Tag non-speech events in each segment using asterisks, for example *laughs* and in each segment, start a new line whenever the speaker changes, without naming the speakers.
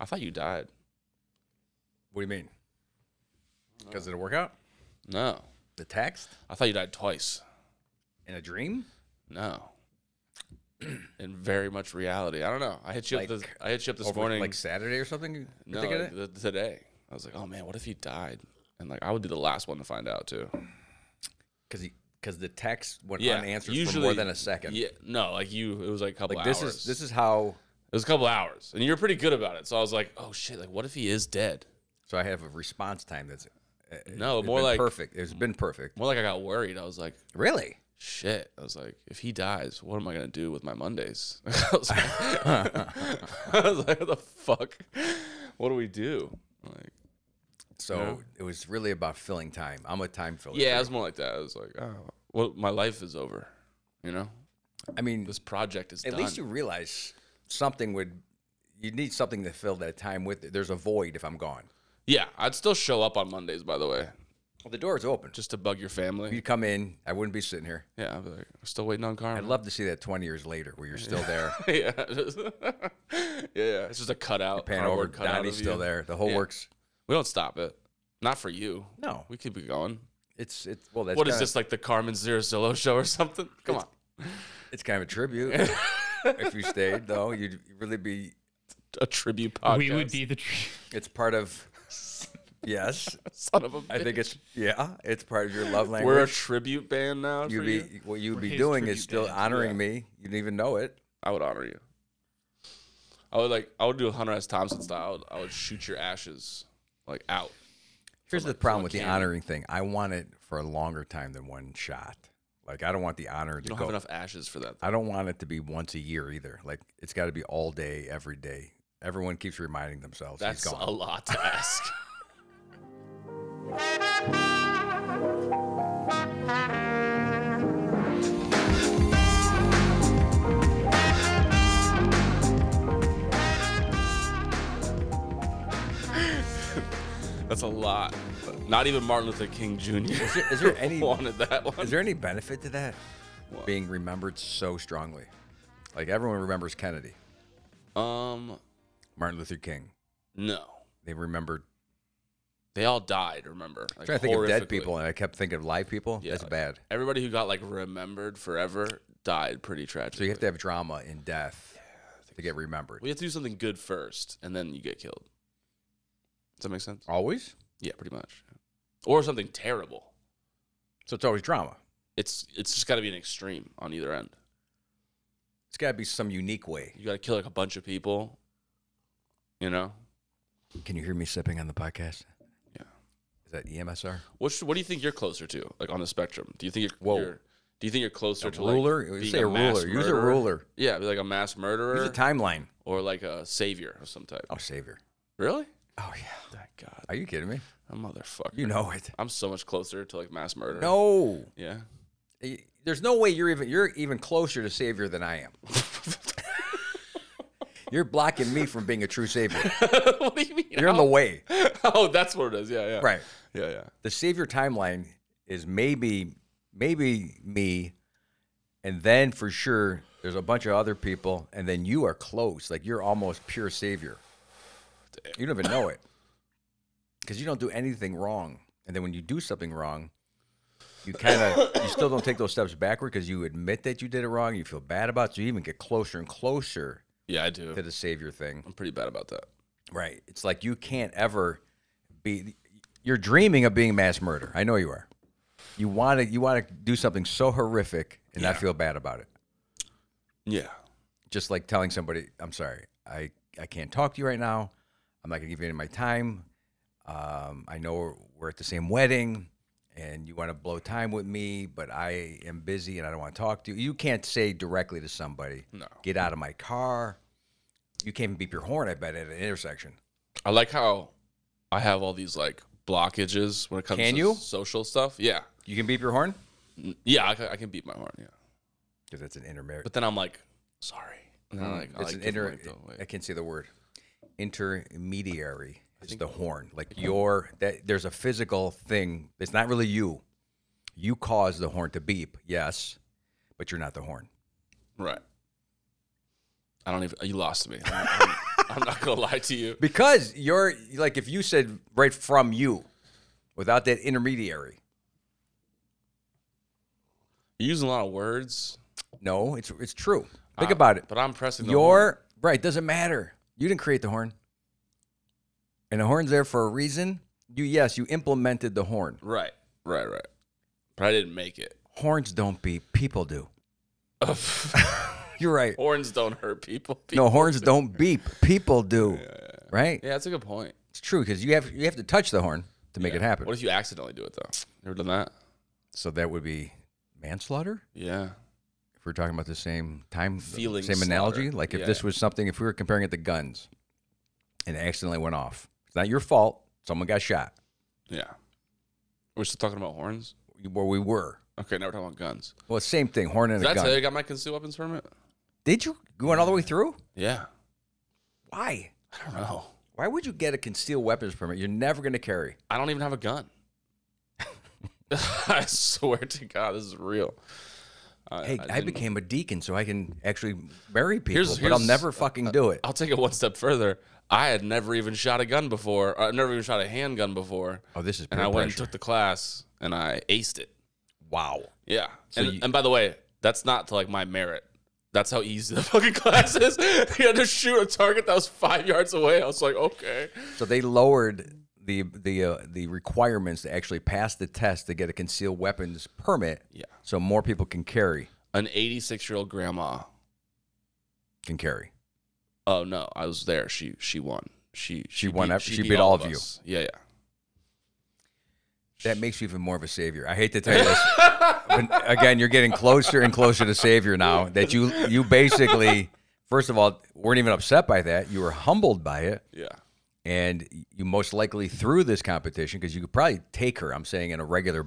I thought you died.
What do you mean? Because of the workout?
No,
The text?
I thought you died twice.
In a dream?
No. *clears throat* In very much reality, I don't know. I hit you up. This,
Like,
I hit you up this
Over,
morning.
Like Saturday or something? You're
no,
thinking it?
like, th- today. I was like, oh man, what if he died? And like, I would be the last one to find out too.
because because the text went
Yeah,
unanswered for
usually-
more than a second.
Yeah, no, like you, it was like a couple
like
hours.
this is this is how.
It was a couple hours, and you're pretty good about it. So I was like, oh shit, like what if he is dead?
So I have a response time that's uh,
No,
it's
more
been
like-
perfect. It's been perfect.
More like I got worried. I was like,
Really?
shit. I was like, if he dies, what am I gonna do with my Mondays? *laughs* I was like, *laughs* I was like, what the fuck? What do we do? Like,
So it was really about filling time. I'm a time filler.
yeah, it was more like that. I was like, oh, well, my life is over. You know,
I mean,
this project is
at
done.
least you realize something would. You need something to fill that time with. There's a void if I'm gone.
yeah, I'd still show up on Mondays, by the way,
Well, the door's open.
just to bug your family.
You come in, I wouldn't be sitting here.
Yeah, I'd be like, I'm still waiting on Carmen. *laughs*
I'd love to see that 20 years later where you're still there.
yeah, just- *laughs* yeah, yeah. It's just a cutout.
Pan over,
cardboard cutout
Donnie's
of you.
still there. The whole
Yeah.
works.
We don't stop it. Not for you.
No,
We keep it going.
it's it's well. That's
what is
kinda-
this like the Carmen Zero Zillow show or something? Come on,
It's kind of a
*laughs*
tribute. if you stayed, though, you'd really be.
a tribute podcast.
We would be the tr-
It's part of. Yes,
*laughs* son of a.
I think it's yeah. It's part of your love language.
we're a tribute band now.
you'd
for
be
you.
what you'd be
his
doing is
tribute
still
band,
honoring me. You didn't even know it.
I would honor you. I would like. I would do a Hunter S. Thompson style. I would, I would shoot your ashes like out.
Here's the problem with the honoring thing. I want it for a longer time than one shot. Like I don't want the honor
You
to
don't
go.
have enough ashes for that.
I don't want it to be once a year either. Like it's got to be all day, every day. Everyone keeps reminding themselves
That's
he's gone.
a lot to ask. That's a lot. Not even Martin Luther King Jr.
Is *laughs* there-
*laughs*
is there any-
wanted that one?
Is there any benefit to that being remembered so strongly? Like everyone remembers Kennedy,
um,
Martin Luther King.
no.
They remembered.
They all died. Remember? Like,
I'm trying to think of dead
horrifically.
people, and I kept thinking of live people.
Yeah,
That's
like-
bad.
Everybody who got like remembered forever died pretty tragically.
So you have to have drama in death to get remembered.
We have to do something good first, and then you get killed. Does that make sense?
always.
Yeah, pretty much. Or something terrible.
So it's always drama.
It's it's just got to be an extreme on either end.
It's got to be some unique way.
You got to kill like a bunch of people. You know,
Can you hear me sipping on the podcast?
Yeah.
Is that E EMSR?
what what do you think you're closer to, like on the spectrum? Do you think you're,
Whoa.
you're- do you think you're closer
A
to like,
ruler? You
being
say a
mass
ruler. Use a
murderer?
ruler.
Yeah, be like a mass
Use a
murderer
timeline.
or like a savior of some type.
Oh, savior.
Really?
Oh yeah.
That God,
Are you kidding me?
a motherfucker.
You know it.
I'm so much closer to like mass murder.
No.
Yeah. *laughs*
Y- There's no way you're even you're even closer to savior than I am. *laughs* you're blocking me from being a true savior.
what do you mean?
You're in *laughs* the way.
*laughs* oh, that's what it is. Yeah, yeah.
Right.
Yeah, yeah.
the savior timeline is maybe maybe me and then for sure there's a bunch of other people and then you are close like you're almost pure savior you don't even know it because you don't do anything wrong and then when you do something wrong you kind of you still don't take those steps backward because you admit that you did it wrong you feel bad about it so you even get closer and closer
Yeah, I do.
to the savior thing
I'm pretty bad about that.
right it's like you can't ever be you're dreaming of being mass murder i know you are you want to you want to do something so horrific and not
Yeah.
feel bad about it
Yeah.
just like telling somebody i'm sorry i i can't talk to you right now i'm not going to give you any of my time um, i know we're at the same wedding and you want to blow time with me but i am busy and i don't want to talk to you you can't say directly to somebody
No.
get out of my car you can't even beep your horn i bet at an intersection
I like how I have all these like blockages when it comes
Can
to
you?
social stuff. Yeah.
you can beep your horn
N- Yeah, I, ca- I can beat my horn. Yeah.
because that's an intermarriage.
But then I'm like, sorry. And then I, like, I,
Mm,
like,
it's an
give them,
inter.
like, the-
I
like-
can't say the word. Intermediary is the horn. Like your that there's a physical thing. It's not really you. You cause the horn to beep. Yes, but you're not the horn.
right. I don't even. You lost me. *laughs* I'm, I'm- I'm not gonna lie to you.
Because you're like if you said right from you, without that intermediary.
You're using a lot of words.
No, it's it's true. Think
I-
about it.
But I'm pressing the horn.
Your right doesn't matter. You didn't create the horn, and the horn's there for a reason. You yes, you implemented the horn.
right, right, right. But I didn't make it. *laughs*
Horns don't beep, people do. You're right.
Horns don't hurt Oh, people.
No, horns don't beep, people do. Right?
Yeah, that's a good point.
It's true because you have you have to touch the horn to make it happen.
What if you accidentally do it though? Never done that.
So that would be manslaughter.
Yeah.
If we're talking about the same time,
Feeling
same analogy.
slaughter.
Like if
Yeah,
this
yeah.
was something, if we were comparing it to guns, and it accidentally went off, it's not your fault. Someone got shot.
Yeah. We're still talking about horns.
Where we were.
Okay, now we're talking about guns.
Well, same thing. Horn and
Did
a
I
gun.
tell you I got my concealed weapons permit?
Did you you went all the way through?
Yeah.
Why?
I don't know.
Why would you get a concealed weapons permit? You're never going to carry.
I don't even have a gun. *laughs* I swear to God, this is real. I,
Hey, I,
didn't-
became a deacon so I can actually marry people,
Here's-
but I'll
here's-
never fucking do it.
I'll take it one step further. I had never even shot a gun before. I've never even shot a handgun before.
Oh, this is
and
peer
I went and
pressure.
took the class and I aced it.
wow.
Yeah. and,
you-
and by the way, that's not to like my merit. That's how easy the *laughs* fucking class is. you had to shoot a target that was five yards away. I was like, okay.
So they lowered the the uh, the requirements to actually pass the test to get a concealed weapons permit.
Yeah.
So more people can carry
An 86 year old grandma.
can carry.
Oh no, I was there. She she won. She she,
won ev- she beat all of you.
us. Yeah, yeah.
That makes you even more of a savior. I hate to tell
*laughs*
you this. but again, you're getting closer and closer to savior now. That you you basically first of all weren't even upset by that. You were humbled by it,
Yeah.
and you most likely threw this competition because you could probably take her. I'm saying in a regular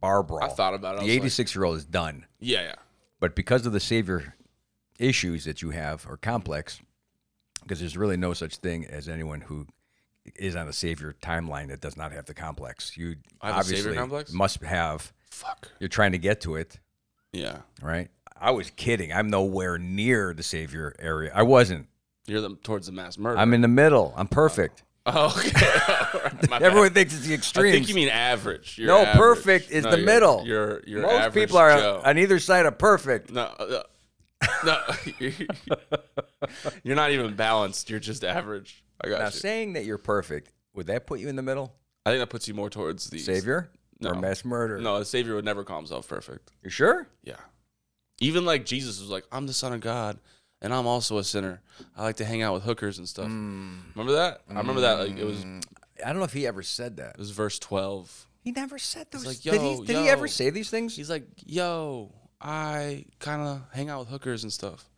bar brawl.
I thought about it. I
the
was like-
86 year old is done.
Yeah, yeah.
but because of the savior issues that you have are complex because there's really no such thing as anyone who is on a savior timeline that does not have the complex you
I have a savior
obviously
complex?
must have
Fuck.
you're trying to get to it
Yeah.
right i was kidding i'm nowhere near the savior area i wasn't
You're the, towards the mass murder.
i'm in the middle i'm perfect
oh, *laughs* okay. All right, my bad.
everyone thinks it's the
I
extreme
think you mean average. You're
No,
average.
perfect is the
you're-
middle.
You're you're
most
average
people are
Joe.
on either side of perfect
no, uh, no. *laughs* you're not even balanced. You're just average. I got
now
you.
saying that you're perfect would that put you in the middle
I think that puts you more towards the
savior
No.
or mass murder
No, a savior would never call himself perfect.
you sure
Yeah. Even like Jesus was like, I'm the son of God and I'm also a sinner. I like to hang out with hookers and stuff.
Mm.
Remember that? I remember that. Like it was it
I don't know if he ever said that.
was verse twelve.
He never said those.
like,
did he,
"Yo,
did he
yo."
ever say these things?
He's like, yo, I kinda hang out with hookers and stuff.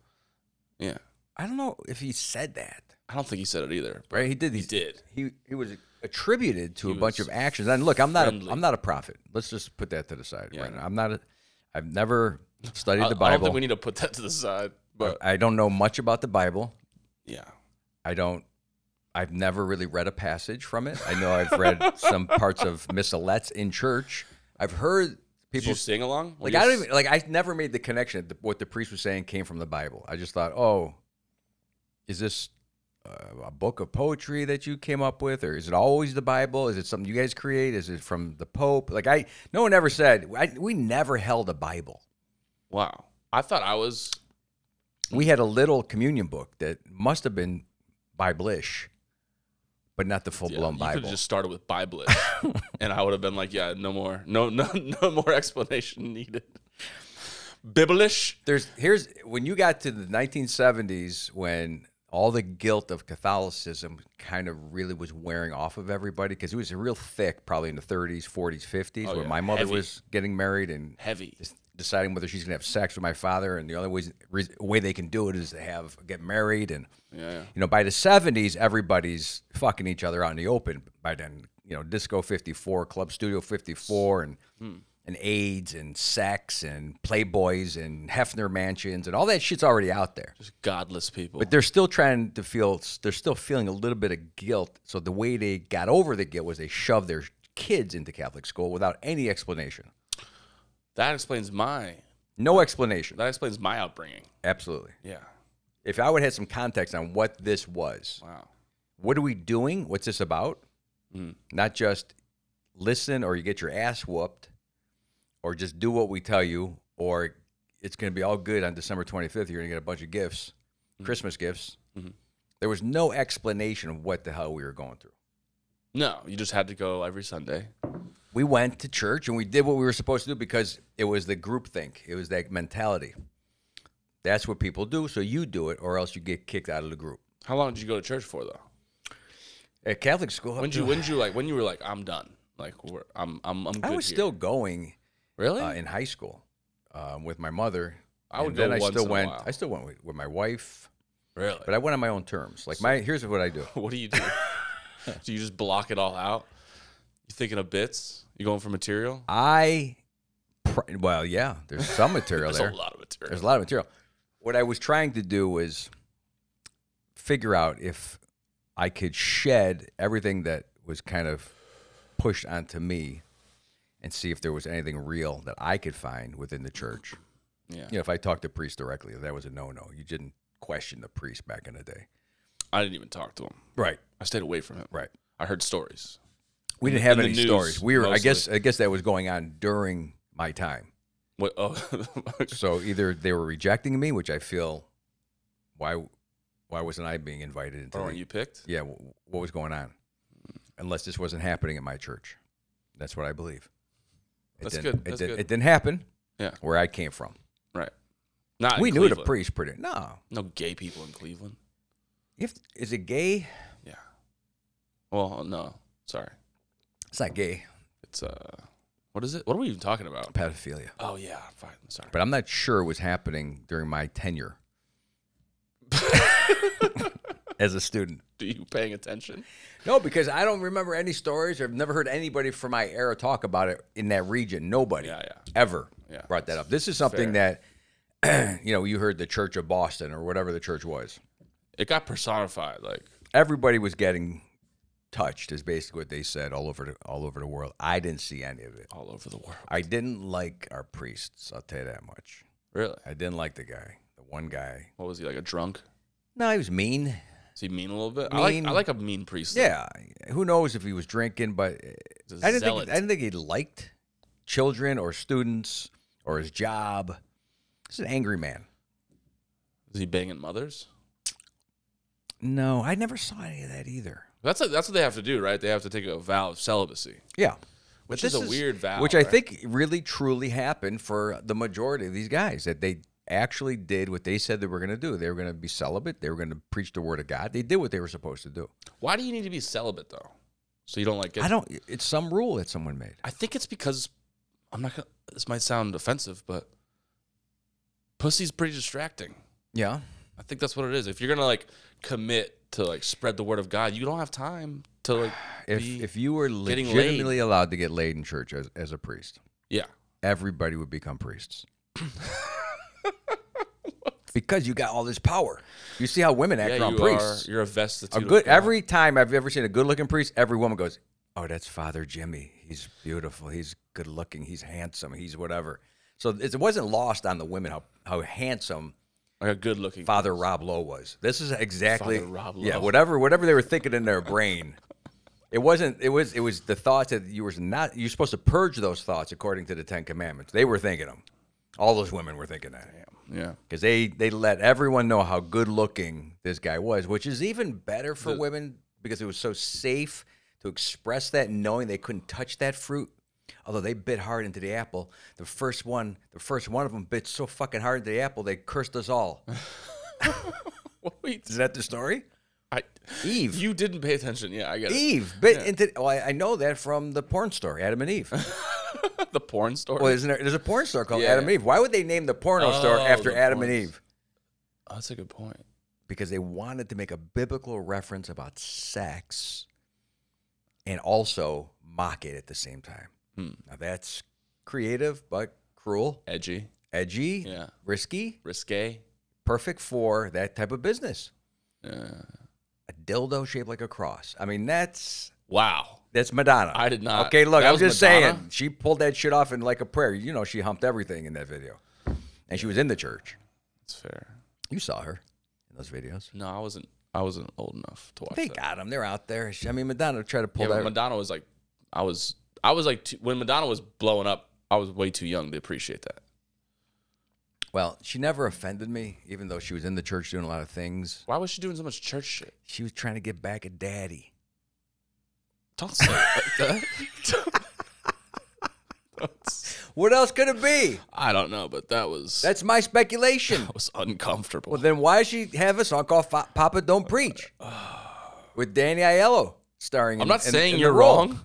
Yeah.
I don't know if he said that.
I don't think he said it either.
Right? He did.
He
He
did.
He he was attributed to
He
a bunch
was
of actions. And look, I'm not
friendly.
a I'm not a prophet. Let's just put that to the side
Yeah.
right now. I'm not. A, I've never studied
I,
the
I don't
Bible.
think we need to put that to uh, the side. But
I don't know much about the Bible.
yeah.
I don't. I've never really read a passage from it. I know I've read some parts of missalets in church. I've heard
Did
people
you sing along? Were
Like
you
I don't
s-
even like I never made the connection that what the priest was saying came from the Bible. I just thought, oh, is this uh, a book of poetry that you came up with, or is it always the Bible? Is it something you guys create? Is it from the Pope? Like I, no one ever said I, we never held a Bible.
Wow. I thought I was
We had a little communion book that must have been Bible-ish, but not the full
Yeah,
blown
you could
Bible.
have just started with Bible,
*laughs*
and I would have been like, yeah, no more, no, *laughs* no, no more explanation needed. Biblish.
there's here's when you got to the 1970s when all the guilt of Catholicism kind of really was wearing off of everybody because it was real thick, probably in the 30s, 40s, 50s,
Oh,
when
yeah.
my mother
Heavy.
was getting married and
Heavy.
just deciding whether she's going to have sex with my father, and the only ways, re- way they can do it is to have get married, and
Yeah, yeah.
you know by the 70s everybody's fucking each other out in the open. By then, you know, Disco 54, Club Studio 54, and and AIDS and sex and Playboys and Hefner mansions and all that shit's already out there.
Just godless people.
But they're still trying to feel, they're still feeling a little bit of guilt. So the way they got over the guilt was they shoved their kids into Catholic school without any explanation.
that explains my
No explanation.
that explains my upbringing.
Absolutely.
Yeah.
If I would have had some context on what this was,
Wow.
what are we doing? What's this about?
Mm.
Not just listen or you get your ass whooped or just do what we tell you or it's going to be all good on December 25th. You're going to get a bunch of gifts,
Mm-hmm.
Christmas gifts.
Mhm.
There was no explanation of what the hell we were going through.
No, you just had to go every Sunday.
We went to church and we did what we were supposed to do because it was the group think. It was that mentality. That's what people do. So you do it or else you get kicked out of the group.
How long did you go to church for though?
At Catholic school,
When did you when did you like when you were like I'm done. Like we're, I'm I'm I'm good
I was
here.
still going
Really?
uh, in high school um, with my mother.
I would
and
go
then I
once
still
in a
went.
while.
I still went with, with my wife,
really?
but I went on my own terms. Like my here's what I do.
*laughs* what do you
*laughs*
do? do you just block it all out? You thinking of bits? You going for material?
I pr- well, yeah.
*laughs*
There's some material
There's
there.
a lot of material.
There's a lot of material. What I was trying to do was figure out if I could shed everything that was kind of pushed onto me and see if there was anything real that I could find within the church.
yeah.
You know, if I talked to priests directly, that was a no no. You didn't question the priest back in the day.
I didn't even talk to him.
Right.
I stayed away from him.
Right.
I heard stories.
We didn't have
in the
any
news,
stories. We were I
mostly.
guess I guess that was going on during my time.
What? Oh, *laughs*
So either they were rejecting me, which I feel why why wasn't I being invited into
or
the-
when Oh, you picked?
yeah, w- what was going on? Unless this wasn't happening at my church. That's what I believe. It
That's
didn't,
good. That's
it, did,
good.
it didn't happen
Yeah.
where I came from.
Right. Not in
we knew the
Cleveland.
priest pretty. No.
No gay people in Cleveland.
If is it gay?
Yeah. Well, no. Sorry.
It's not gay.
It's uh. What is it? What are we even talking about?
Pedophilia.
Oh yeah. Fine. Sorry. *laughs*
But I'm not sure it was happening during my tenure as a student.
Do you paying attention?
No, because I don't remember any stories. I've never heard anybody from my era talk about it in that region. Nobody
Yeah. Yeah.
ever
Yeah.
brought that up. This is something that, *clears throat* you know, you heard the Church of Boston or whatever the church was.
It got personified. Like
Everybody was getting touched, is basically what they said all over the, all over the world. I didn't see any of it.
all over the world.
I didn't like our priests. I'll tell you that much.
Really?
I didn't like the guy, the one guy.
What was he like? A drunk?
No, he was mean.
Is he mean a little bit? I like
Mean.
I like a mean priest. though.
Yeah, who knows if he was drinking, but
He's a
I didn't
zealot.
think I didn't think he liked children or students or his job. He's an angry man.
Is he banging mothers?
No, I never saw any of that either.
That's a, that's what they have to do, right? They have to take a vow of celibacy,
Yeah,
which is a weird vow.
which I
right?
think really truly happened for the majority of these guys that they actually did what they said they were going to do. They were going to be celibate. They were going to preach the word of God. They did what they were supposed to do.
Why do you need to be celibate though? So you don't like get
I don't. It's some rule that someone made.
I think it's because I'm not gonna. This might sound offensive, but pussy's pretty distracting.
Yeah,
I think that's what it is. If you're gonna like commit to like spread the word of God, you don't have time to like
*sighs* if
be.
if you were
getting laid.
legitimately allowed to get laid in church as, as a priest,
yeah,
everybody would
*laughs*
become priests. *laughs* because you got all this power. You see how women act
yeah,
around
you
priests.
are. You're a vestitude.
a
of
good
God.
every time I've ever seen a good looking priest, every woman goes, Oh, that's Father Jimmy. He's beautiful. He's good looking. He's handsome. He's whatever. So it wasn't lost on the women how, how handsome
like a good looking.
Father Rob Lowe was. This is exactly
Father Rob
yeah,
Lowe.
whatever whatever they were thinking in their brain. It wasn't. It was. It was the thoughts that you were not. You're supposed to purge those thoughts according to the Ten Commandments. They were thinking them. All those women were thinking that
*laughs* Yeah,
because they they let everyone know how good looking this guy was, which is even better for women because it was so safe to express that, knowing they couldn't touch that fruit. Although they bit hard into the apple, the first one, the first one of them bit so fucking hard into the apple they cursed us all.
what are we?
Is that the story?
I,
Eve.
you didn't pay attention. Yeah, I get it.
*laughs* Eve bit into. Well, oh, I, I know that from the porn store, Adam and
*laughs*
Eve.
*laughs* the porn story.
Well, isn't there? There's a porn store called
Yeah.
Adam and Eve. Why would they name the porno store
Oh,
after
the
Adam and
porns.
Eve?
oh, that's a good point.
Because they wanted to make a biblical reference about sex, and also mock it at the same time.
Hmm.
Now that's creative, but cruel,
Edgy.
edgy,
Yeah.
risky,
Risque.
perfect for that type of business.
Yeah.
A dildo shaped like a cross. I mean, that's
Wow.
That's Madonna.
I did not.
Okay, look,
That
I'm
was
just
Madonna?
saying. She pulled that shit off in like a prayer. You know, she humped everything in that video. And she was in the church.
That's fair.
You saw her. in those videos?
No, I wasn't. I wasn't old enough to watch
They
that.
got them. They're out there. I mean, Madonna tried to pull
Yeah, but
that.
Madonna was like, I was, I was like, too, when Madonna was blowing up, I was way too young to appreciate that.
well, she never offended me, even though she was in the church doing a lot of things.
Why was she doing so much church shit?
She was trying to get back at daddy.
Don't say *laughs* it like that.
What else could it be?
I don't know, but that was that
That's my speculation.
*laughs* was uncomfortable.
Well, then why does she have a song called Fa- "Papa
*sighs*
Don't Preach" with Danny Aiello starring?
I'm
in-
not
in-
saying
in the
you're
role?
wrong.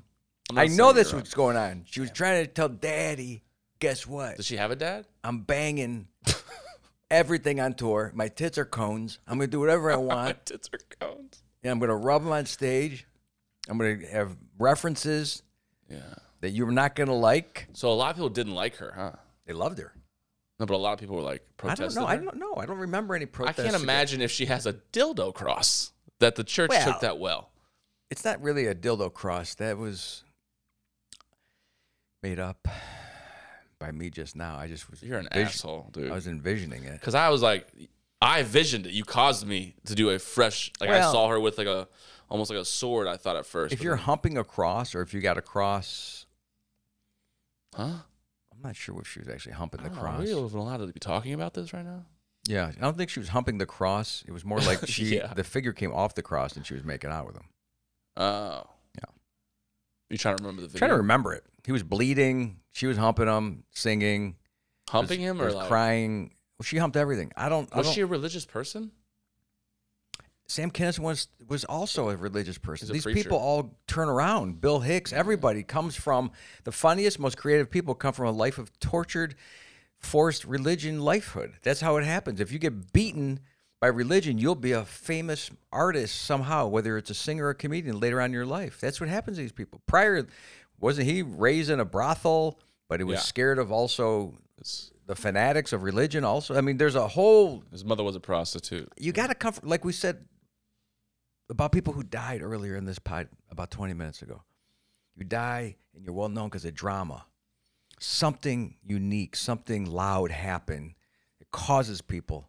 I'm not
I know
saying
this
you're
what's going on. She was trying to tell Daddy, guess what?
wrong. Does she have a dad? *laughs*
I'm banging everything on tour. My tits are cones. I'm gonna do whatever I
My *laughs*
want.
tits are cones.
and I'm gonna rub them on stage. I'm gonna have references
Yeah.
that you're not gonna like.
So a lot of people didn't like her, huh?
They loved her.
No, but a lot of people were like protesting.
I don't know. I don't know. I don't remember any
I
protests.
can't imagine if she has a dildo cross that the church
Well-
took that well.
It's not really a dildo cross. That was made up by me just now. I just was.
You're an
envis-
asshole, dude.
I was envisioning it.
Because I was like, I visioned it. You caused me to do a fresh. Like I
Well-
saw her with like a almost like a sword. I thought at first.
If
but
you're
then-
humping a cross, or if you got a cross,
huh?
I'm not sure if she was actually humping
The
the
oh,
cross.
Are we even allowed to be talking about this right now?
Yeah, I don't think she was humping the cross. It was more
*laughs*
like she
Yeah.
the figure came off the cross and she was making out with him.
Oh,
Yeah.
You trying to remember the video?
trying to remember it. He was bleeding. She was humping him, singing,
humping
was-
him or
was
like
crying. Well, she humped everything. I don't. I
was
don't
she a religious person?
Sam Kinison was was also a religious person.
He's a
These
preacher.
people all turn around. Bill Hicks, everybody comes from the funniest, most creative people come from a life of tortured, forced religion lifehood. That's how it happens. If you get beaten by religion, you'll be a famous artist somehow, whether it's a singer or a comedian later on in your life. That's what happens to these people. Prior wasn't he raised in a brothel, but he was
Yeah.
scared of also
His,
the fanatics of religion also. I mean, there's a whole
his mother was a prostitute.
you got to come from, like we said about people who died earlier in this pod about 20 minutes ago. You die and you're well known because of drama. Something unique, something loud happened. It causes people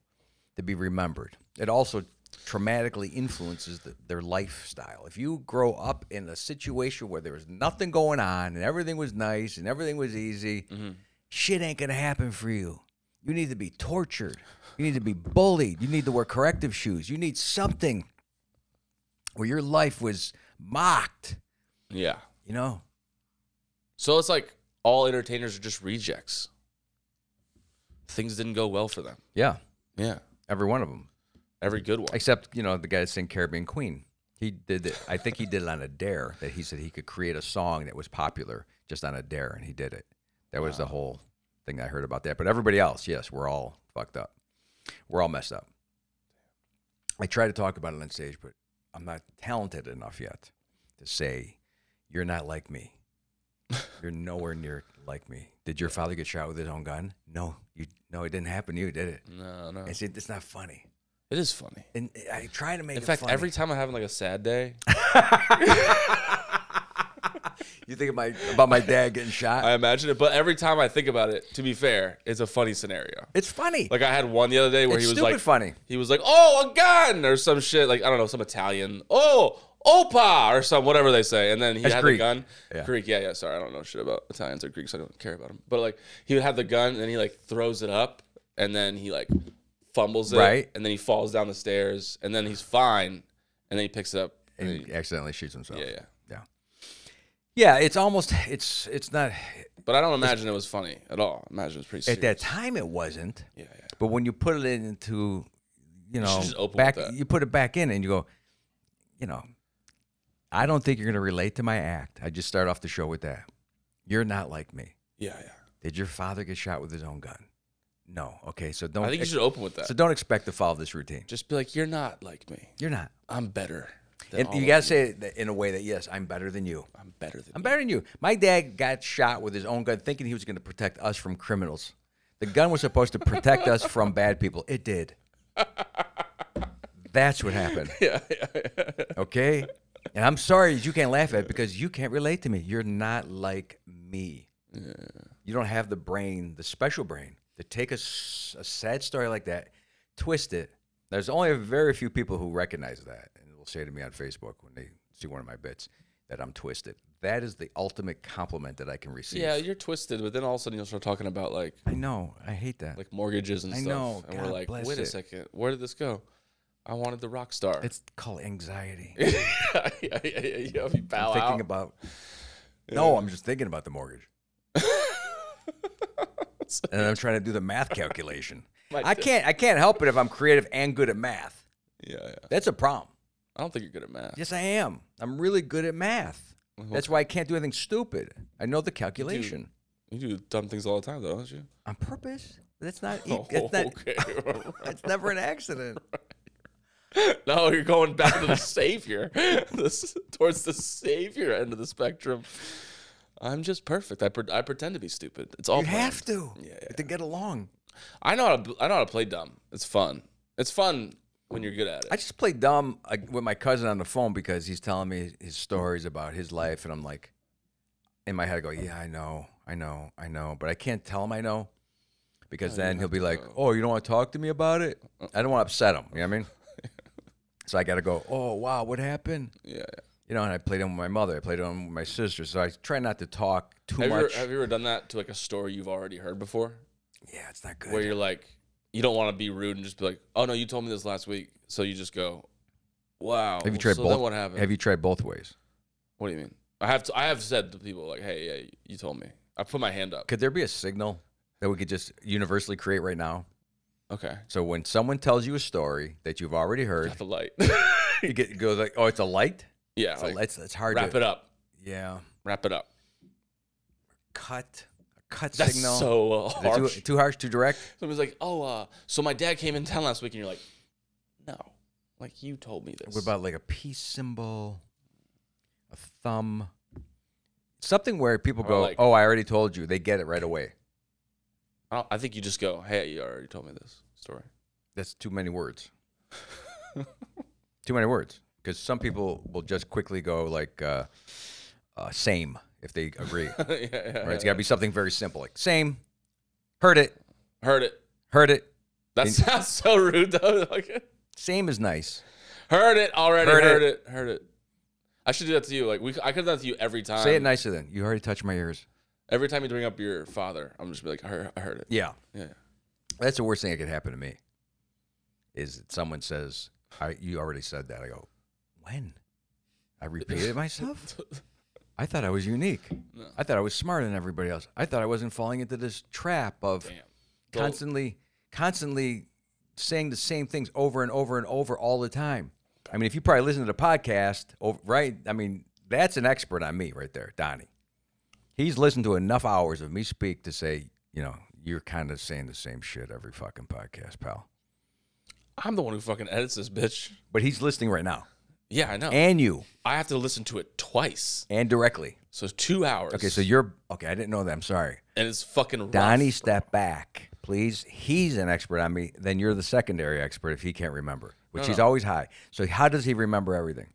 to be remembered. It also traumatically influences the, their lifestyle. If you grow up in a situation where there was nothing going on and everything was nice and everything was easy, shit ain't gonna happen for you. You need to be tortured. You need to be bullied. You need to wear corrective shoes. You need something where your life was mocked,
Yeah.
you know?
So it's like all entertainers are just rejects. Things didn't go well for them.
Yeah,
Yeah.
every one of them.
Every good one.
Except, you know, the guy that sang Caribbean Queen. He did it. I think he did it on a dare that he said he could create a song that was popular just on a dare, and he did it. That was the whole thing I heard about that. But everybody else, yes, we're all fucked up. We're all messed up. I try to talk about it on stage, but I'm not talented enough yet to say, You're not like me. You're nowhere near like me. Did your father get shot with his own gun? No. You no, it didn't happen to you, did it?
no, no.
I said, It's not funny.
It is funny.
And I try to make
In
it
fact,
funny.
every time I'm having like a sad
*laughs*
day,
You think of my, about my dad getting
*laughs*
shot?
I imagine it. But every time I think about it, to be fair, it's a funny scenario.
it's funny.
Like I had one the other day where
It's
he was
stupid
like, uh,
funny.
He was like, "Oh, a gun" or some shit. Like I don't know, some Italian. Oh, opa or some whatever they say. And then he
That's
had
Greek.
the gun.
Yeah.
Greek, yeah, yeah. Sorry, I don't know shit about Italians or Greeks. I don't care about them. But like he would have the gun, and then he like throws it up, and then he like fumbles it,
Right.
And then he falls down the stairs, and then he's fine, and then he picks it up. And
and
then he-
he accidentally shoots himself.
yeah, yeah.
yeah. Yeah, it's almost it's it's not
But I don't imagine it was funny at all. I imagine it was pretty serious.
at that time it wasn't,
yeah, yeah.
but when you put it into you know
just open with
back
that.
you put it back in and you go, you know, I don't think you're gonna relate to my act. I just start off the show with that. You're not like me.
Yeah, yeah.
Did your father get shot with his own gun? No. Okay, so don't
I think you should open with that.
so don't expect to follow this routine.
Just be like, you're not like me.
You're not.
I'm better. Than
And
all
you
of
gotta say it th- in a way that yes, I'm better than you.
I'm better than.
I'm
you.
better than you. My dad got shot with his own gun, thinking he was going to protect us from criminals. The gun was supposed to protect us from bad people. It *laughs* did. That's what happened. *laughs*
Yeah, yeah, yeah.
Okay. And I'm sorry you can't laugh at it because you can't relate to me. You're not like me. You don't have the brain, the special brain, to take a, s- a sad story like that, twist it, There's only very few people who recognize that and will say to me on Facebook when they see one of my bits that I'm twisted. That is the ultimate compliment that I can receive.
Yeah, you're twisted, but then all of a sudden you'll start talking about like
I know. I hate that.
like mortgages and
I
stuff.
know,
And we're
God
like,
bless
wait a
it."
second, where did this go? I wanted the rock star.
it's called anxiety.
yeah, *laughs* yeah, yeah, yeah, you bow
I'm thinking
out. *laughs*
about. No, I'm just thinking about the mortgage. and I'm trying to do the math calculation.
*laughs* My
I
dick.
can't. I can't help it if I'm creative and good at math.
yeah, yeah.
That's a problem.
I don't think you're good at math.
Yes, I am. I'm really good at math.
Uh-huh.
That's why I can't do anything stupid. I know the calculation
You do dumb things all the time, though, don't you?
on purpose. That's not.
*laughs*
e,
Oh,
That's not.
okay.
That's never an accident.
no, you're going back to the savior, *laughs* this, towards the savior end of the spectrum. I'm just perfect. I, pre- I pretend to be stupid. It's all
You
planned.
have to
Yeah, yeah.
to get along.
I know how to. I know how to play dumb. It's fun. It's fun when you're good at it.
I just play dumb uh, with my cousin on the phone because he's telling me his stories about his life, and I'm like, in my head, I go, yeah, I know, I know, I know, but I can't tell him I know because then he'll be like, oh, you don't want to talk to me about it?
Uh-uh.
I don't want to upset him. You know what
*laughs*
I mean? so I got to go, oh, wow, what happened?
yeah. yeah.
You know, and I played him with my mother, I played him with my sister, so I try not to talk too
Have you, ever,
much.
have you ever done that to like a story you've already heard before,
yeah, it's not
where
good.
you're like, you don't want to be rude and just be like, "Oh no, you told me this last week," so you just go, "Wow."
Have you tried
so
both?
Then what happened?
Have you tried both ways?
what do you mean? I have to. I have said to people like, "Hey, yeah, you told me." I put my hand up.
Could there be a signal that we could just universally create right now?
Okay.
So when someone tells you a story that you've already
*laughs*
heard,
Got the light.
you get it goes like, "Oh, it's a light."
yeah.
It's,
like,
a, it's, it's hard
wrap
to
it up.
yeah
Wrap it up.
cut a cut
That's
signal.
so uh,
Is it
harsh.
Too, too harsh, too direct.
*laughs* Somebody's like, "Oh, uh, so my dad came in town last week," and you're like, "No, like you told me this."
What about like a peace symbol, a thumb, something where people
Or
go,
like-
"Oh, I already told you." They get it right away.
I, don't- I think you just go, "Hey, you already told me this story." *laughs*
That's too many words. too many words, because some people will just quickly go like, uh, uh, "Same," if they
*laughs*
agree. right?
yeah, yeah,
It's
yeah.
got to be something very simple, like "Same." Heard it.
Heard it.
Heard it.
That sounds so rude though. *laughs* Like,
Same is nice.
heard it already. Heard,
Heard
it. Heard it. I should do that to you. Like we, I could do that to you every time.
Say it nicer then. You already touched my ears.
Every time you bring up your father, I'm just be like, I heard, I heard it.
Yeah.
Yeah.
That's the worst thing that could happen to me. Is that someone says, I you already said that. I go, When? I repeated myself? I thought I was unique.
No.
I thought I was smarter than everybody else. I thought I wasn't falling into this trap of
Damn. Well,
constantly constantly saying the same things over and over and over all the time. I mean, if you probably listen to the podcast, ov- right? I mean, that's an expert on me right there, Donnie. He's listened to enough hours of me speak to say, you know, you're kind of saying the same shit every fucking podcast, pal.
I'm the one who fucking edits this bitch.
But he's listening right now,
Yeah, I know.
and you,
I have to listen to it twice,
and directly.
so two hours.
Okay, so you're okay. I didn't know that. I'm sorry,
and it's fucking rough.
Donnie. Step back, please. He's an expert on me. Then you're the secondary expert if he can't remember, which he's
Oh.
always high. So how does he remember everything?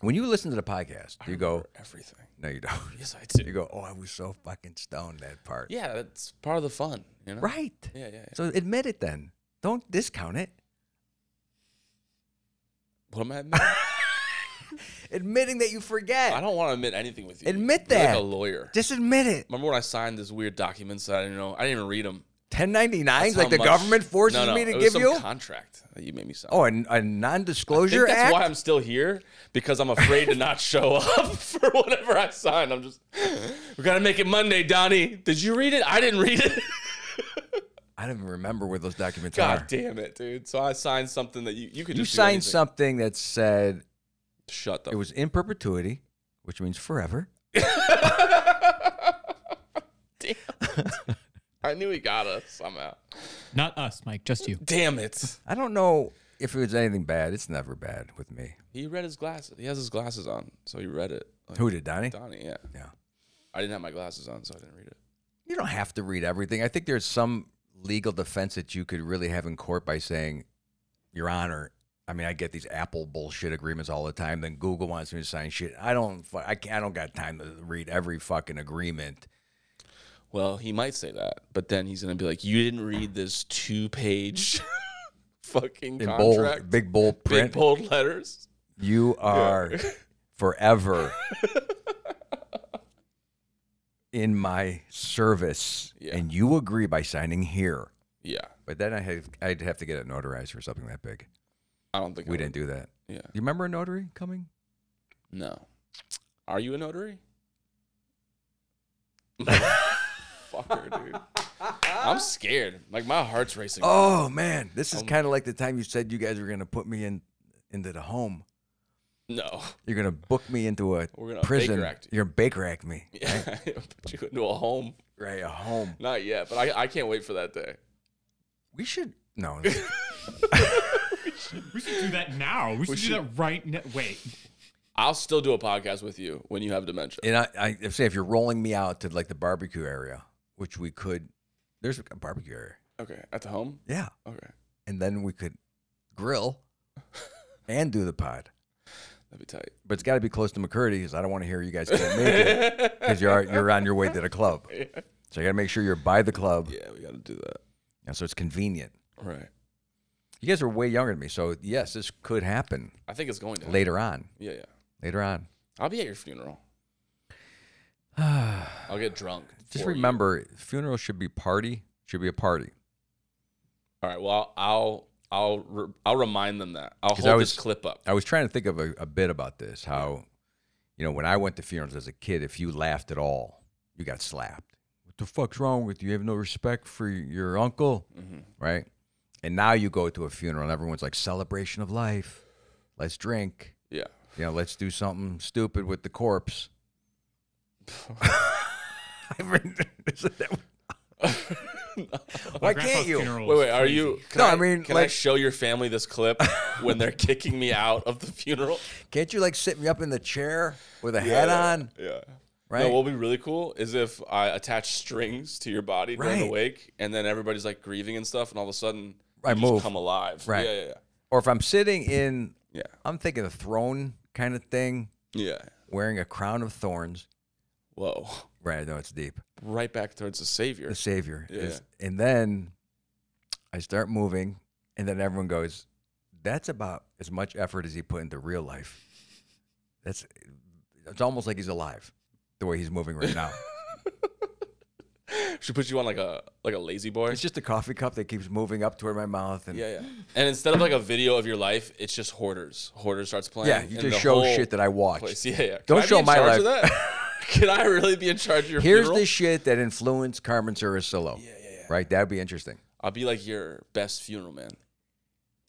When you listen to the podcast, you go,
everything.
no, you don't. *laughs*
Yes, I
You
do.
go, oh, I was so fucking stoned that part.
Yeah, that's part of the fun. You know.
Right.
Yeah, yeah. yeah.
So admit it then. Don't discount it.
What am I? Admitting?
Admitting that you
I
forget.
don't want to admit anything with you.
*laughs* Admit
You're
that.
like a lawyer.
Just admit it.
Remember when I signed this weird documents that I didn't know? I didn't even read them.
1099s, like the government forces me to
it was
give
some
you.
contract that you made me sign.
oh, a, a
I think
non-disclosure
that's
act.
why I'm still here because I'm afraid to not show *laughs* up for whatever I signed. I'm just we gotta make it Monday, Donnie. Did you read it? I didn't read it. *laughs*
I don't even remember where those documents
God
are.
damn it, dude. So I signed something that you you could
You
just do
signed
anything.
something that said
Shut the
it was in perpetuity, which means forever.
damn. it. I knew he got us somehow.
Not us, Mike, just you.
Damn it.
I don't know if it was anything bad. It's never bad with me.
He read his glasses. He has his glasses on, so he read it. Like,
Who did Donnie?
Donnie, yeah.
Yeah.
I didn't have my glasses on, so I didn't read it.
You don't have to read everything. I think there's some legal defense that you could really have in court by saying, Your Honor. I mean, I get these Apple bullshit agreements all the time. Then Google wants me to sign shit. I don't. fu- I can't, I don't got time to read every fucking agreement.
Well, he might say that, but then he's gonna be like, "You didn't read this two-page *laughs* fucking
in
contract.
bold, big bold
Big
print.
bold letters.
You are forever in my service,
Yeah.
and you agree by signing here.
Yeah,
But then I have, I'd have to get it notarized or something that big.
I don't think I
We
would-
didn't do that.
Yeah,
You remember a notary coming?
no. Are you a
*laughs*
notary? Fucker, dude. I'm scared. Like my heart's racing.
Oh man, this is
Um,
kind of like the time you said you guys were gonna put me in into the home.
No, *laughs*
You're gonna book me into a
we're gonna
prison.
Baker act. you.
You're gonna baker act me,
Yeah, put you into a home.
right? A home.
Not yet, but I, I can't wait for that day.
We should no.
We should do that now. We should, do that right now. Wait.
I'll still do a podcast with you when you have dementia.
and I, I if- say if you're rolling me out to like the barbecue area, which we could. There's a barbecue area.
Okay, at the home.
Yeah,
Okay,
and then we could grill and do the pod.
that'd be tight.
But it's got to be close to McCurdy because I don't want to hear you guys can't make it because you're you're on your way to
*laughs*
the club. So you got to make sure you're by the club,
Yeah, we got to do that.
and so it's convenient.
Right.
You guys are way younger than me, so yes, this could happen
I think it's going to.
later on.
Yeah, yeah.
Later on, *sighs*
I'll be at your funeral. I'll get drunk.
just
for you.
remember, funeral should be party. Should be a party.
All right. Well, I'll I'll re- I'll remind them that. I'll
'Cause
hold
I
this
was-
clip up.
I was trying to think of a, a bit about this. How, you know, when I went to funerals as a kid, if you laughed at all, you got slapped. What the fuck's wrong with you? You have no respect for your uncle,
Mm-hmm.
right? And now you go to a funeral and everyone's like, celebration of life. Let's drink.
Yeah.
You know, let's do something stupid with the
*laughs*
corpse. *laughs* I mean, isn't
*laughs*
that- Why can't
Grandpa's
you?
funeral
Wait,
was
wait. Are
crazy.
you? Can
No, I mean,
can I
like-
show your family this clip when they're kicking me out of the funeral?
Can't you like sit me up in the chair with a hat on?
Yeah.
Right.
No, what would be really cool is if I attach strings to your body during the
Right.
wake, and then everybody's like grieving and stuff, and all of a sudden
I
you
move.
just come alive.
Right.
Yeah, yeah,
Or if I'm sitting in,
yeah.
I'm thinking a throne kind of thing,
Yeah. Yeah.
wearing a crown of thorns.
Whoa. *laughs*
Right, I know it's deep.
Right back towards the savior. *laughs*
The Savior. is- and then I start moving, and then everyone goes, "That's about as much effort as he put into real life." That's. It's almost like he's alive, the way he's moving
*laughs*
right now.
She puts you on like a like a lazy boy.
it's just a coffee cup that keeps moving up toward my mouth, and yeah,
Yeah, yeah. And instead of like a video of your life, it's just hoarders. Hoarders starts playing.
you
and
just
the
show
whole
shit that I watch.
place. *laughs* Yeah, yeah. Can
Don't
I be
show
in
my
charge of
life.
that? *laughs* Can I really be in charge of your
Here's
funeral?
the shit that influenced Carmen Surisillo. Yeah, yeah, yeah. Right, that'd be interesting.
I'll be like your best funeral man.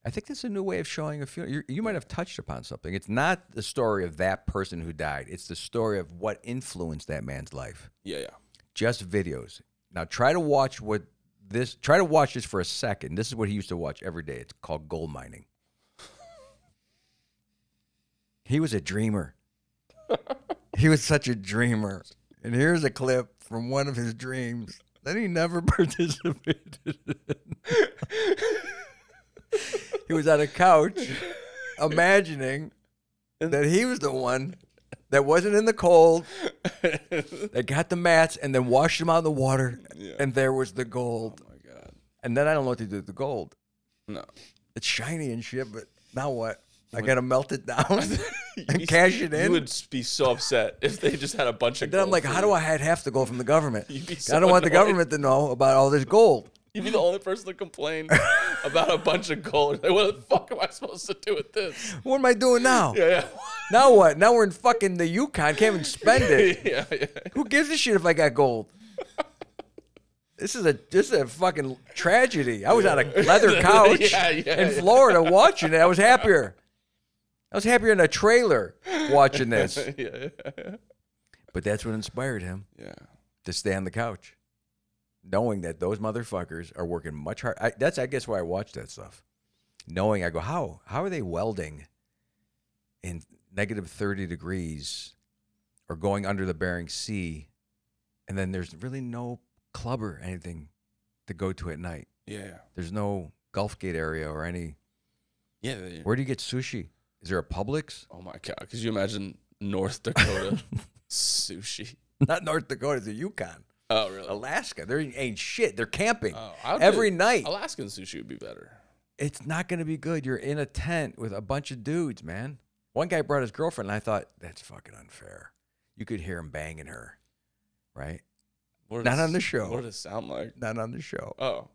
I think that's a new way of showing a funeral. You, you might have touched upon something. It's not the story of that person who died. It's the story of what influenced that man's life.
Yeah, Oh yeah.
Just videos. Now try to watch what this. Try to watch this for a second. This is what he used to watch every day. It's called gold mining. he was a dreamer. *laughs* he was such a dreamer. And here's a clip from one of his dreams that he never *laughs* participated in. *laughs* he was on a couch imagining that he was the one that wasn't in the cold that got the mats and then washed them out in the water and there was the gold
Oh my god.
and then i don't know what to do with the gold
No.
it's shiny and shit but now what i gotta melt
*laughs*
it down *laughs* and cash it
You
in
would be so upset if they just had a bunch of.
then i'm like how do i hide half the gold from the government
*laughs* You'd be
i
so
don't want the
annoyed.
government to know about all this gold
You'd be the only person to
*laughs*
complain about a bunch of gold. Like, what the fuck am I supposed to do with
*laughs*
this?
what am i doing now
*laughs* Yeah,
now what now we're in fucking the yukon can't even
*laughs*
spend
yeah,
it
yeah, yeah.
Who gives a shit if I got gold? This is a this is a fucking tragedy. I was on a leather
*laughs*
couch
Yeah, yeah,
in
yeah.
Florida watching it. I was happier. I was happier in a trailer
*laughs*
watching this.
yeah, yeah.
But that's what inspired him
yeah.
to stay on the couch, knowing that those motherfuckers are working much hard. I, that's I guess why I watch that stuff. Knowing I go, how how are they welding in negative thirty degrees or going under the Bering Sea, and then there's really no club or anything to go to at night.
Yeah.
There's no Gulf Gate area or any.
Yeah. they-
Where do you get sushi? Is there a Publix? *laughs*
Oh my god! Could you imagine North Dakota sushi?
Not North Dakota, the Yukon,
Oh really?
Alaska. There ain't shit. They're camping
Oh, I would
every
do-
night.
Alaskan sushi would be better.
it's not going to be good. You're in a tent with a bunch of dudes, man. One guy brought his girlfriend, and I thought that's fucking unfair. You could hear him banging her, right?
What
Not
does-
on the show.
What did it sound like?
Not on the show.
Oh.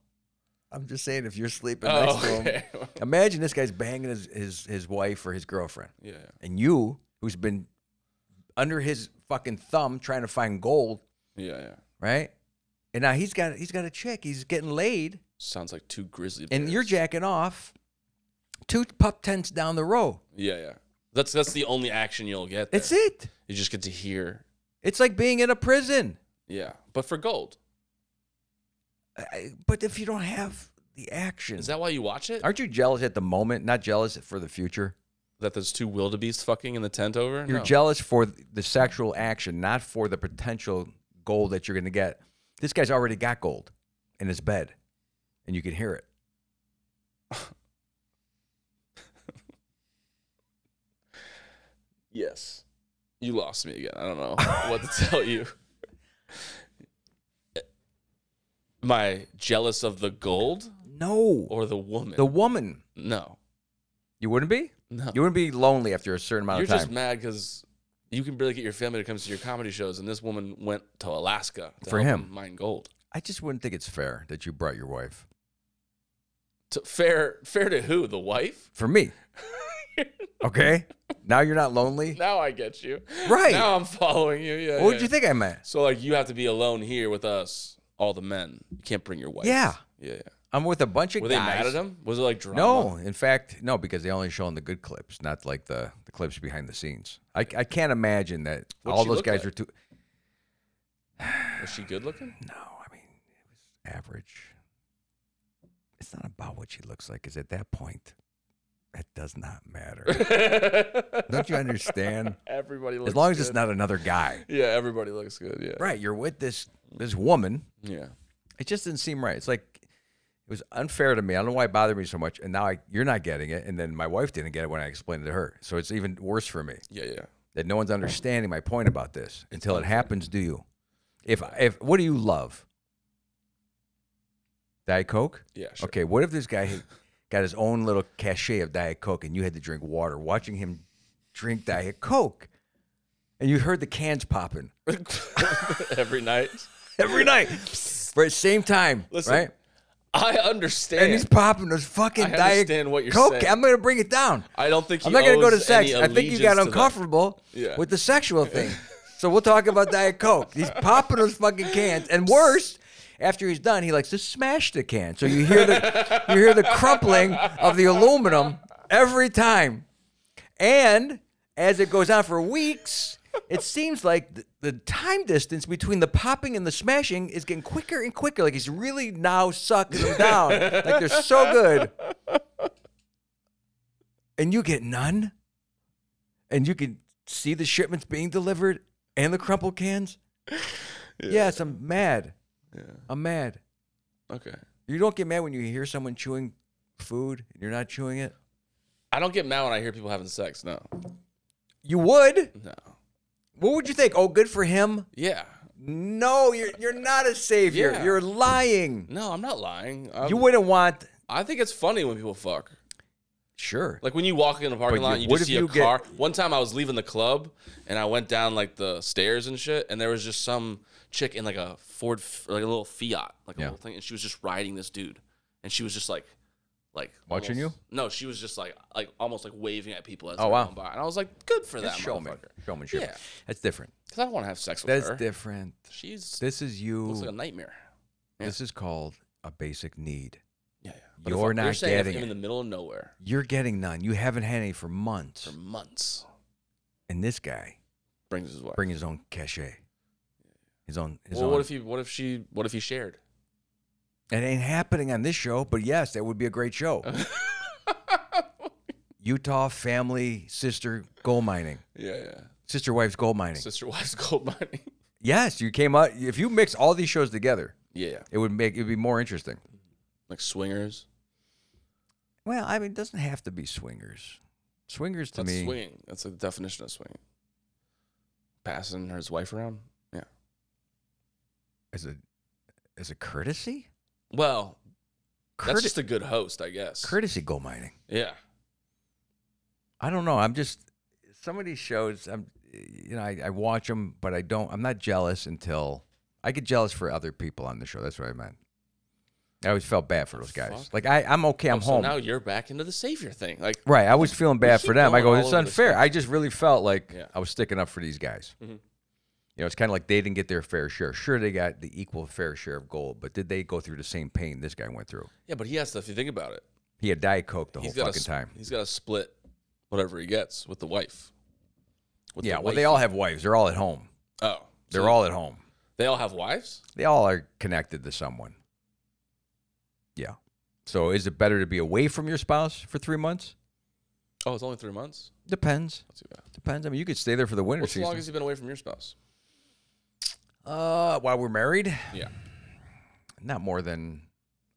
I'm just saying, if you're sleeping
Oh,
next to him,
okay. *laughs*
imagine this guy's banging his, his his wife or his girlfriend,
yeah. yeah.
and you, who's been under his fucking thumb trying to find gold,
Yeah, yeah.
right? And now he's got he's got a chick. He's getting laid,
Sounds like two grizzly bears.
and you're jacking off two pup tents down the row.
Yeah, yeah. That's that's the only action you'll get. There.
It's it.
You just get to hear.
It's like being in a prison.
Yeah, but for gold,
I- But if you don't have the action,
is that why you watch it?
aren't you jealous at the moment? Not jealous for the future.
that there's two wildebeest fucking in the tent over?
You're
No.
jealous for the sexual action, not for the potential gold that you're going to get. This guy's already got gold in his bed, and you can hear it.
Yes. You lost me again. I don't
*laughs*
know what to tell you. Am I jealous of the gold
No,
or the woman?
the woman.
no,
You wouldn't be.
no.
You wouldn't be lonely after a certain amount
You're
of time.
just mad because you can barely get your family to come to your comedy shows, and this woman went to Alaska to
For
help
him.
mine gold.
I just wouldn't think it's fair that you brought your wife.
To, fair, fair to who? The wife? *laughs*
For me. okay. Now you're not lonely.
*laughs* Now I get you.
Right.
Now I'm following you. Yeah.
what would
yeah.
you think I meant?
So like, you have to be alone here with us, all the men. You can't bring your wife.
Yeah.
Yeah. yeah.
I'm with a bunch of
Were they
guys.
mad at him? Was it like drama?
No, in fact, no, because they only show in the good clips, not like the, the clips behind the scenes. I, I can't imagine that
What'd
all
she
those
look
guys
like?
are too.
Was she good looking?
No, I mean, it was average. It's not about what she looks like, because at that point, that does not
*laughs*
matter. Don't you understand?
Everybody looks
As long as it's
good.
not another guy,
Yeah, everybody looks good. Yeah.
right? You're with this this woman.
Yeah.
It just didn't seem right. It's like it was unfair to me. I don't know why it bothered me so much. And now I, you're not getting it, and then my wife didn't get it when I explained it to her. So it's even worse for me.
Yeah, yeah.
that no one's understanding my point about this until it happens Do you. If if what do you love? Diet Coke?
Yeah, sure.
Okay, what if this guy had got his own little cachet of Diet Coke and you had to drink water watching him drink Diet Coke and you heard the cans popping
*laughs* Every night.
*laughs* every night for the same time,
Listen,
right?
I
And
understand.
he's popping those fucking
I
Diet
understand what you're
Coke.
saying.
I'm going to bring it down.
I don't think he
I'm not going to go
owes
to sex.
any
I think you
allegiance
got
to that.
uncomfortable
Yeah.
with the sexual thing. so we'll talk about Diet Coke. He's popping those fucking cans, and worse, after he's done, he likes to smash the can. So you hear the you hear the crumpling of the aluminum every time, and as it goes on for weeks. It seems like the, the time distance between the popping and the smashing is getting quicker and quicker. Like he's really now sucking them down. like they're so good and you get none, and you can see the shipments being delivered and the
*laughs*
crumple cans. Yes, I'm mad. I'm mad.
Okay.
You don't get mad when you hear someone chewing food and you're not chewing it.
I don't get mad when I hear people having sex. No.
You would.
No.
What would you think? Oh, good for him.
Yeah.
No, you're you're not a savior.
Yeah.
You're lying.
No, I'm not lying. i
You wouldn't want.
I think it's funny when people fuck.
Sure.
Like when you walk in a parking
But
lot,
you-
and you
what
just
if
see a
you get-
car. One time I was leaving the club and I went down like the stairs and shit, and there was just some chick in like a Ford, F- like a little Fiat, like a
Yeah.
little thing, and she was just riding this dude, and she was just like, like
Watching
almost- No, she was just like, like almost like waving at people as
Oh,
they were
wow.
going by, and I was like, good for that
Showman.
motherfucker,
Showmanship.
Yeah.
That's different.
because I don't want to have sex with
That's
her.
different.
She's
This is you.
looks like a nightmare. yeah.
This is called a basic need.
Yeah, yeah. But if
You're
I-
not
you're saying if
getting
I'm in
it.
the middle of nowhere
You're getting none. You haven't had any for months.
for months.
and this guy
Brings his wife.
bring his own cachet, his own. His
well,
own.
what if he? What if she? What if he shared?
it ain't happening on this show, but yes, that would be a
*laughs*
great show. Utah family sister gold mining,
Yeah, yeah.
sister wife's gold mining.
Sister Wives *laughs* Gold Mining.
yes, you came out. If you mix all these shows together,
Yeah.
it would make it would be more interesting.
Like swingers.
Well, I mean, it doesn't have to be swingers. Swingers to
That's
me,
swinging. That's the definition of swinging. Passing his wife around. Yeah.
as a as a courtesy.
Well, That's
Curtis,
just a good host, I guess.
courtesy gold mining.
yeah.
I don't know. I'm just some of these shows. I'm you know I, I watch them, but I don't. I'm not jealous until I get jealous for other people on the show. That's what I meant. I always felt bad for those guys.
Fuck.
Like I, I'm okay.
Oh,
I'm home.
So now you're back into the savior thing. Like,
Right. I was feeling bad
keep
for them. I go,
going all
it's
over the
unfair.
stuff.
I just really felt like
Yeah.
I was sticking up for these guys.
Mhm.
You know, it's kind of like they didn't get their fair share. Sure, they got the equal fair share of gold, but did they go through the same pain this guy went through?
yeah, but he has to, if you think about it,
He had Diet Coke the
he's
whole
got
fucking time.
He's got to split whatever he gets with the wife. With
Yeah.
the
Well, they
wife.
all have wives. They're all at home.
Oh,
They're
so
all at home.
They all have wives.
They all are connected to someone. Yeah. So is it better to be away from your spouse for three months?
Oh, it's only three months.
Depends.
Not too bad.
Depends. I mean, you could stay there for the winter
What's how long
season.
has he been away from your spouse?
uh, while we're married,
Yeah.
not more than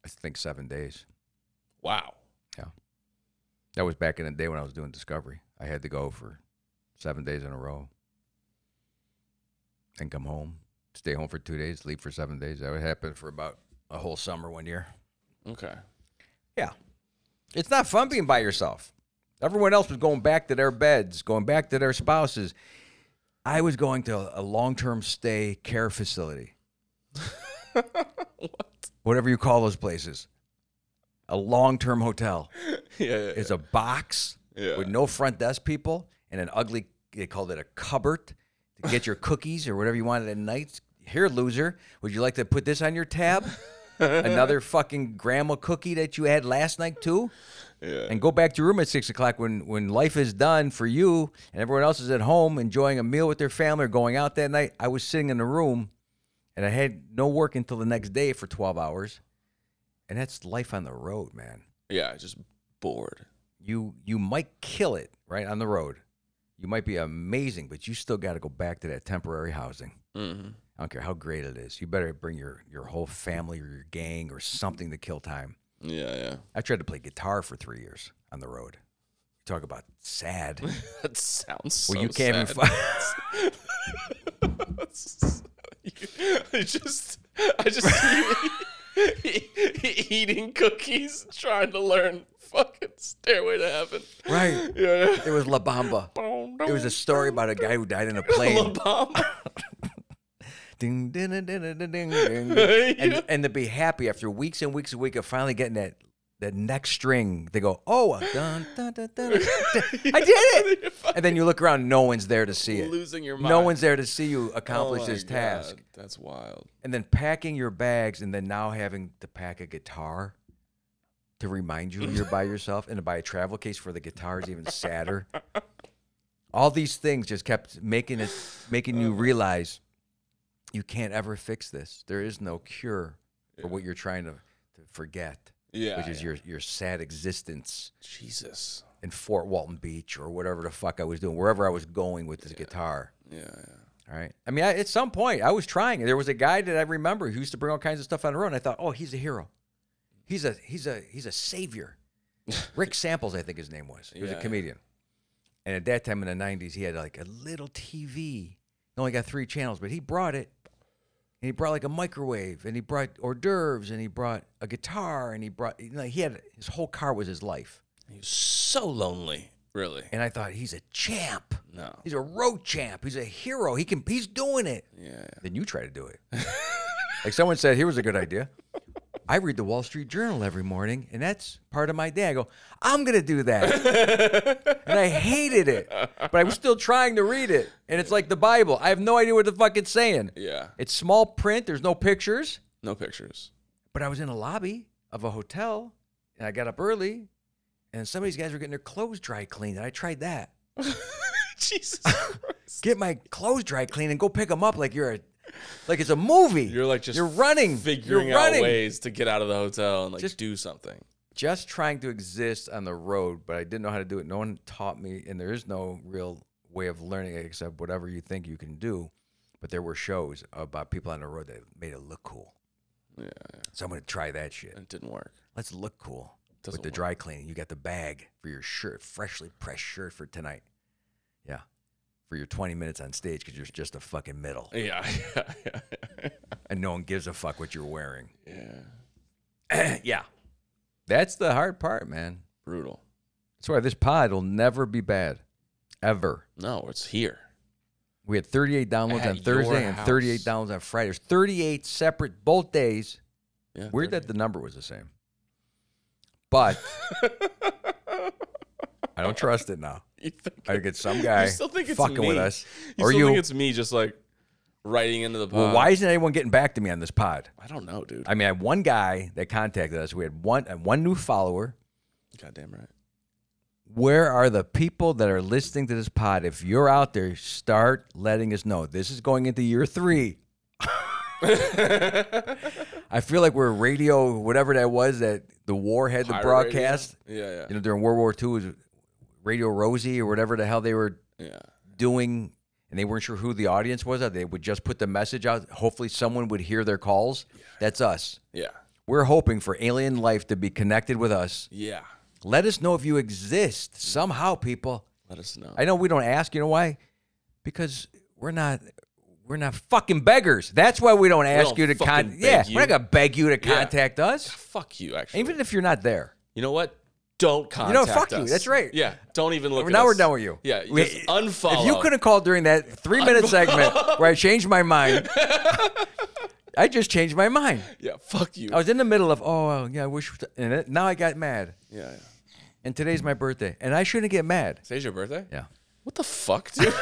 I think seven days.
Wow.
That was back in the day when I was doing Discovery. I had to go for seven days in a row and come home, stay home for two days, leave for seven days. That would happen for about a whole summer one year. *laughs*
Okay.
Yeah. It's not fun being by yourself. Everyone else was going back to their beds, going back to their spouses. I was going to a long term stay care facility. Whatever you call those places. A long term hotel.
Yeah. yeah, yeah.
It's a box
Yeah.
with no front desk people and an ugly, they called it a cupboard to
*laughs*
get your cookies or whatever you wanted at night. Here, loser, would you like to put this on
*laughs*
your tab? Another fucking grandma cookie that you had last night, too?
Yeah.
And go back to your room at six o'clock when, when life is done for you and everyone else is at home enjoying a meal with their family or going out that night. I was sitting in the room and I had no work until the next day for 12 hours. And that's life on the road, man
yeah. Just bored.
you you might kill it right on the road. You might be amazing, but you still got to go back to that temporary housing.
Mm-hmm.
I don't care how great it is. You better bring your your whole family or your gang or something to kill time.
Yeah. Yeah.
I tried to play guitar for three years on the road. Talk about
*laughs*
sad.
*laughs* That sounds so
well, you can't even.
sad.
Fi-
*laughs* I just, I just see you *laughs* e- eating cookies, trying to learn fucking Stairway to Heaven.
right.
Yeah.
It was La Bamba.
*laughs*
It was a story about a guy who died in a
La
plane.
Bamba.
ding, ding, ding, ding, ding,
*laughs*
ding, ding. *laughs* And, and to be happy after weeks and weeks and weeks of finally getting that that next string, they go, oh, dun, dun, dun,
*laughs*
dun, dun. I did it. And then you look around, no one's there to see it.
Losing your mind.
No one's there to see you
Oh
accomplish
my
this task.
God, That's wild.
And then packing your bags and then now having to pack a guitar to remind you you're by yourself and to buy a travel case for the guitar is even sadder. All these things just kept making it making you realize you can't ever fix this. There is no cure for what you're trying to, to forget,
Yeah.
which is
yeah.
your your sad existence
Jesus.
in Fort Walton Beach or whatever the fuck I was doing, wherever I was going with this guitar.
Yeah. yeah.
All right. I mean, I, at some point, I was trying. There was a guy that I remember who used to bring all kinds of stuff on the road. And I thought, oh, he's a hero. He's a he's a he's
*laughs*
a savior. Rick Samples, I think his name was. He was
Yeah,
a
yeah.
comedian. And at that time in the '90s, he had like a little TV. He only got three channels, but he brought it. And he brought like a microwave, and he brought hors d'oeuvres, and he brought a guitar, and he brought you know, he had his whole car was his life.
He was so lonely. Really?
And I thought he's a champ.
No.
He's a road champ. He's a hero. He can. He's doing it.
Yeah. yeah.
Then you try to do it. like someone said, here was a good idea. I read the Wall Street Journal every morning, and that's part of my day. I go, I'm gonna do that, and I hated it, but I was still trying to read it. And it's like the Bible. I have no idea what the fuck it's saying.
Yeah.
It's small print. There's no pictures.
No
*laughs*
pictures.
But I was in a lobby of a hotel, and I got up early, and some of these guys were getting their clothes dry cleaned, and I tried that.
Jesus.
get my clothes dry clean and go pick them up like you're a like it's a movie.
You're like just
you're running,
figuring
you're running.
out ways to get out of the hotel and like
Just-
do something.
Just trying to exist on the road, but I didn't know how to do it. No one taught me, and there is no real way of learning it except whatever you think you can do. But there were shows about people on the road that made it look cool.
Yeah.
So I'm gonna try that shit.
It didn't work.
Let's look cool
Doesn't
with the
work.
dry cleaning. You got the bag for your shirt, freshly pressed shirt for tonight. Yeah, for your 20 minutes on stage because you're just a fucking middle,
Yeah, *laughs* yeah, yeah,
and no one gives a fuck what you're wearing.
yeah.
*clears throat* yeah. That's the hard part, man.
Brutal.
That's why this pod will never be bad, ever.
No, it's here.
We had 38 downloads
At
on
your
Thursday and 38
house.
downloads on Friday. There's 38 separate both days.
Yeah,
Weird that the number was the same. But I don't trust it now.
*laughs* You think,
I get some guy
still think it's
fucking with
me.
us.
you
or
still
you
think it's uh, me just like writing into the pod?
well, why isn't anyone getting back to me on this pod?
I don't know, dude.
I mean, I had one guy that contacted us. We had one uh, one new follower.
Goddamn right.
Where are the people that are listening to this pod? If you're out there, start letting us know. This is going into
*laughs*
year three. I feel like we're radio, whatever that was that the war had the
Pirate
broadcast.
radio? Yeah,
You know, during World War II, was Radio Rosie or whatever the hell they were
yeah, yeah.
doing, and they weren't sure who the audience was. They would just put the message out. Hopefully, someone would hear their calls. That's us.
Yeah.
We're hoping for alien life to be connected with us.
Yeah.
Let us know if you exist somehow, people.
Let us know.
I know we don't ask. You know why? Because we're not we're not fucking beggars. That's why we don't ask
don't
you to
fucking
con-
beg
Yeah,
you.
we're not gonna beg you to
Yeah.
contact us,
Fuck you, actually.
even if you're not there.
you know what? Don't contact
fuck you.
us.
That's right.
Yeah. Don't even look at
now we're
us.
done with you.
Yeah.
We-
just unfollow.
If you could have called during that three minute segment where I changed
*laughs*
my mind, I just changed my mind.
Yeah. Fuck you.
I was in the middle of oh yeah, I wish, and it- now I got mad.
yeah, yeah.
And today's my birthday, and I shouldn't get mad.
Today's your birthday?
Yeah,
What the fuck,
*laughs*
dude?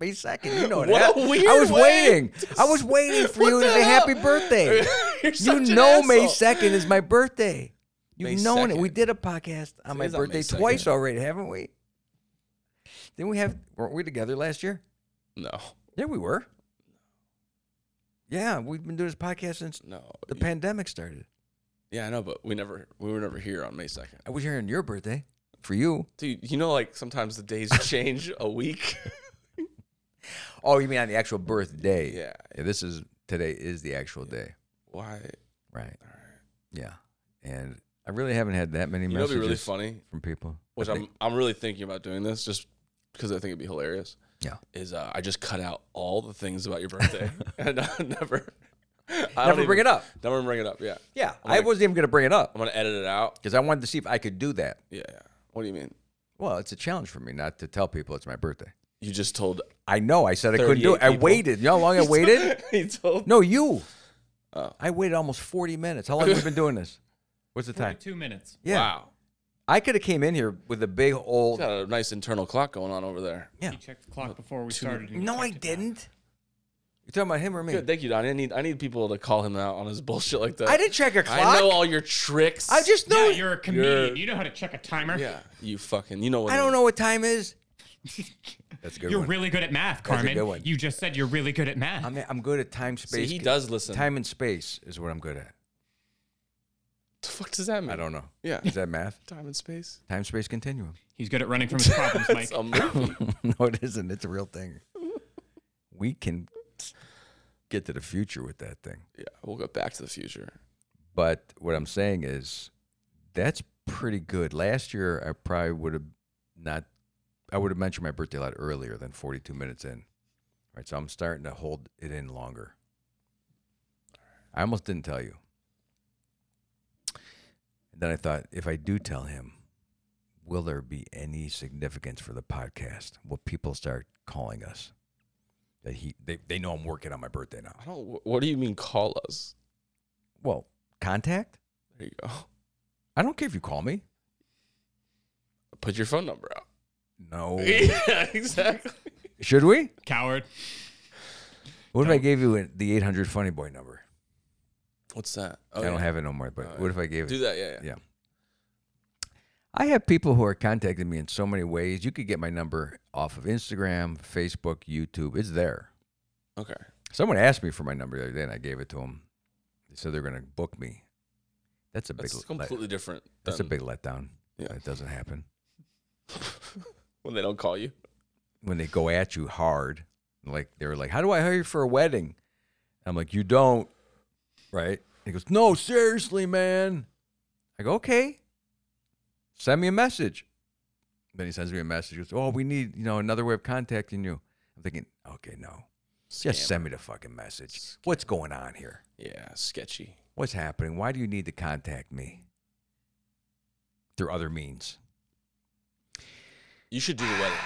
May second, you know
What
that.
a weird
I was
way
waiting.
to
I was waiting for
What
you to
the
say
hell?
happy birthday.
*laughs* You're
you
such an
know May
asshole.
second is my birthday. You've
May
known it. We
2nd.
did a podcast on my
Today's on May
birthday
2nd.
twice already, haven't we? Didn't we have? Weren't we together last year?
No.
Yeah, we were. Yeah, we've been doing this podcast since
No.
the pandemic started.
yeah, I know, but we never we were never here on May second.
I was here on your birthday for you.
Dude, you know like sometimes the
*laughs*
days change a week.
Oh, you mean on the actual birthday?
Yeah.
this is today is the actual day,
Why?
right? Yeah. And I really haven't had that many
You know
messages
what'd be really funny?
from people.
Which I'm I'm really thinking about doing this just because I think it'd be hilarious.
Yeah.
Is uh, I just cut out all the things about your
*laughs*
birthday *laughs* and I never I
Never bring it up.
Never bring it up. Yeah.
Yeah,
I'm
I
like-
wasn't even gonna bring it up
I'm gonna edit it out.
because I wanted to see if I could do that.
Yeah. yeah. What do you mean?
Well, it's a challenge for me not to tell people it's my birthday.
You just told.
I know. I said I couldn't do it.
38
I
people.
waited. You know
*laughs*
how long I waited?
he told.
No, you.
Oh.
I waited almost forty minutes. How long have you been doing this? What's the time?
Two minutes.
Yeah.
Wow.
I could have came in here with a big old.
Got a nice internal clock going on over there.
Yeah.
He checked the clock before we started. and he
No, I
checked it back.
didn't. You talking about him or me?
Good, thank you, Don. I need I need people to call him out on his bullshit like that.
I didn't check a clock.
I know all your tricks.
I just know.
Yeah, you're a comedian.
You're-
you know how to check a timer.
Yeah, you fucking. You know what?
I
it
don't
is.
know what
*laughs*
time is. That's a good
You're
one.
really good at math,
a
Carmen.
good one.
You just said you're really good at math.
I'm, I'm good at time
See,
space.
he does listen.
Time and space is what I'm good at.
The fuck does that mean?
I don't know. *laughs*
Yeah.
Is that math?
Time and space.
Time space continuum.
He's good at running
*laughs*
from his problems, Mike.
It's a movie.
no, it isn't. It's a real thing. We can get to the future with that thing.
yeah, we'll go back to the future.
But what I'm saying is that's pretty good. Last year, I probably would have not, I would have mentioned my birthday a lot earlier than 42 minutes in. Right. So I'm starting to hold it in longer. I almost didn't tell you. And then I thought, if I do tell him, will there be any significance for the podcast? Will people start calling us? That he, they, they know I'm working on my birthday now.
I don't. What do you mean? Call us.
Well, contact?
There you go.
I don't care if you call me.
Put your phone number
*laughs*
out. *laughs*
No.
yeah, exactly.
Should we?
Coward.
What if I gave you an- the 800 Funny Boy number?
What's that? Oh,
I don't
yeah.
have it no more, but
Oh,
what if I gave
Do
it?
that. Yeah, yeah.
Yeah. I have people who are contacting me in so many ways. You could get my number off of Instagram, Facebook, YouTube. It's there.
Okay.
Someone asked me for my number the other day and I gave it to them. They said they're going to book me. That's a big
That's
let-
completely different.
That's a
than
big letdown.
Yeah.
That doesn't happen.
when they don't call you.
When they go at you hard, like they were like, "How do I hire you for a wedding?" I'm like, "You don't." Right? He goes, "No, seriously, man." I go, okay. Send me a message. Then he sends me a message. He goes, oh, we need, you know, another way of contacting you. I'm thinking, okay, no. Just send me the fucking message. What's going on here?
Yeah, sketchy.
What's happening? Why do you need to contact me through other means?
You should do the wedding.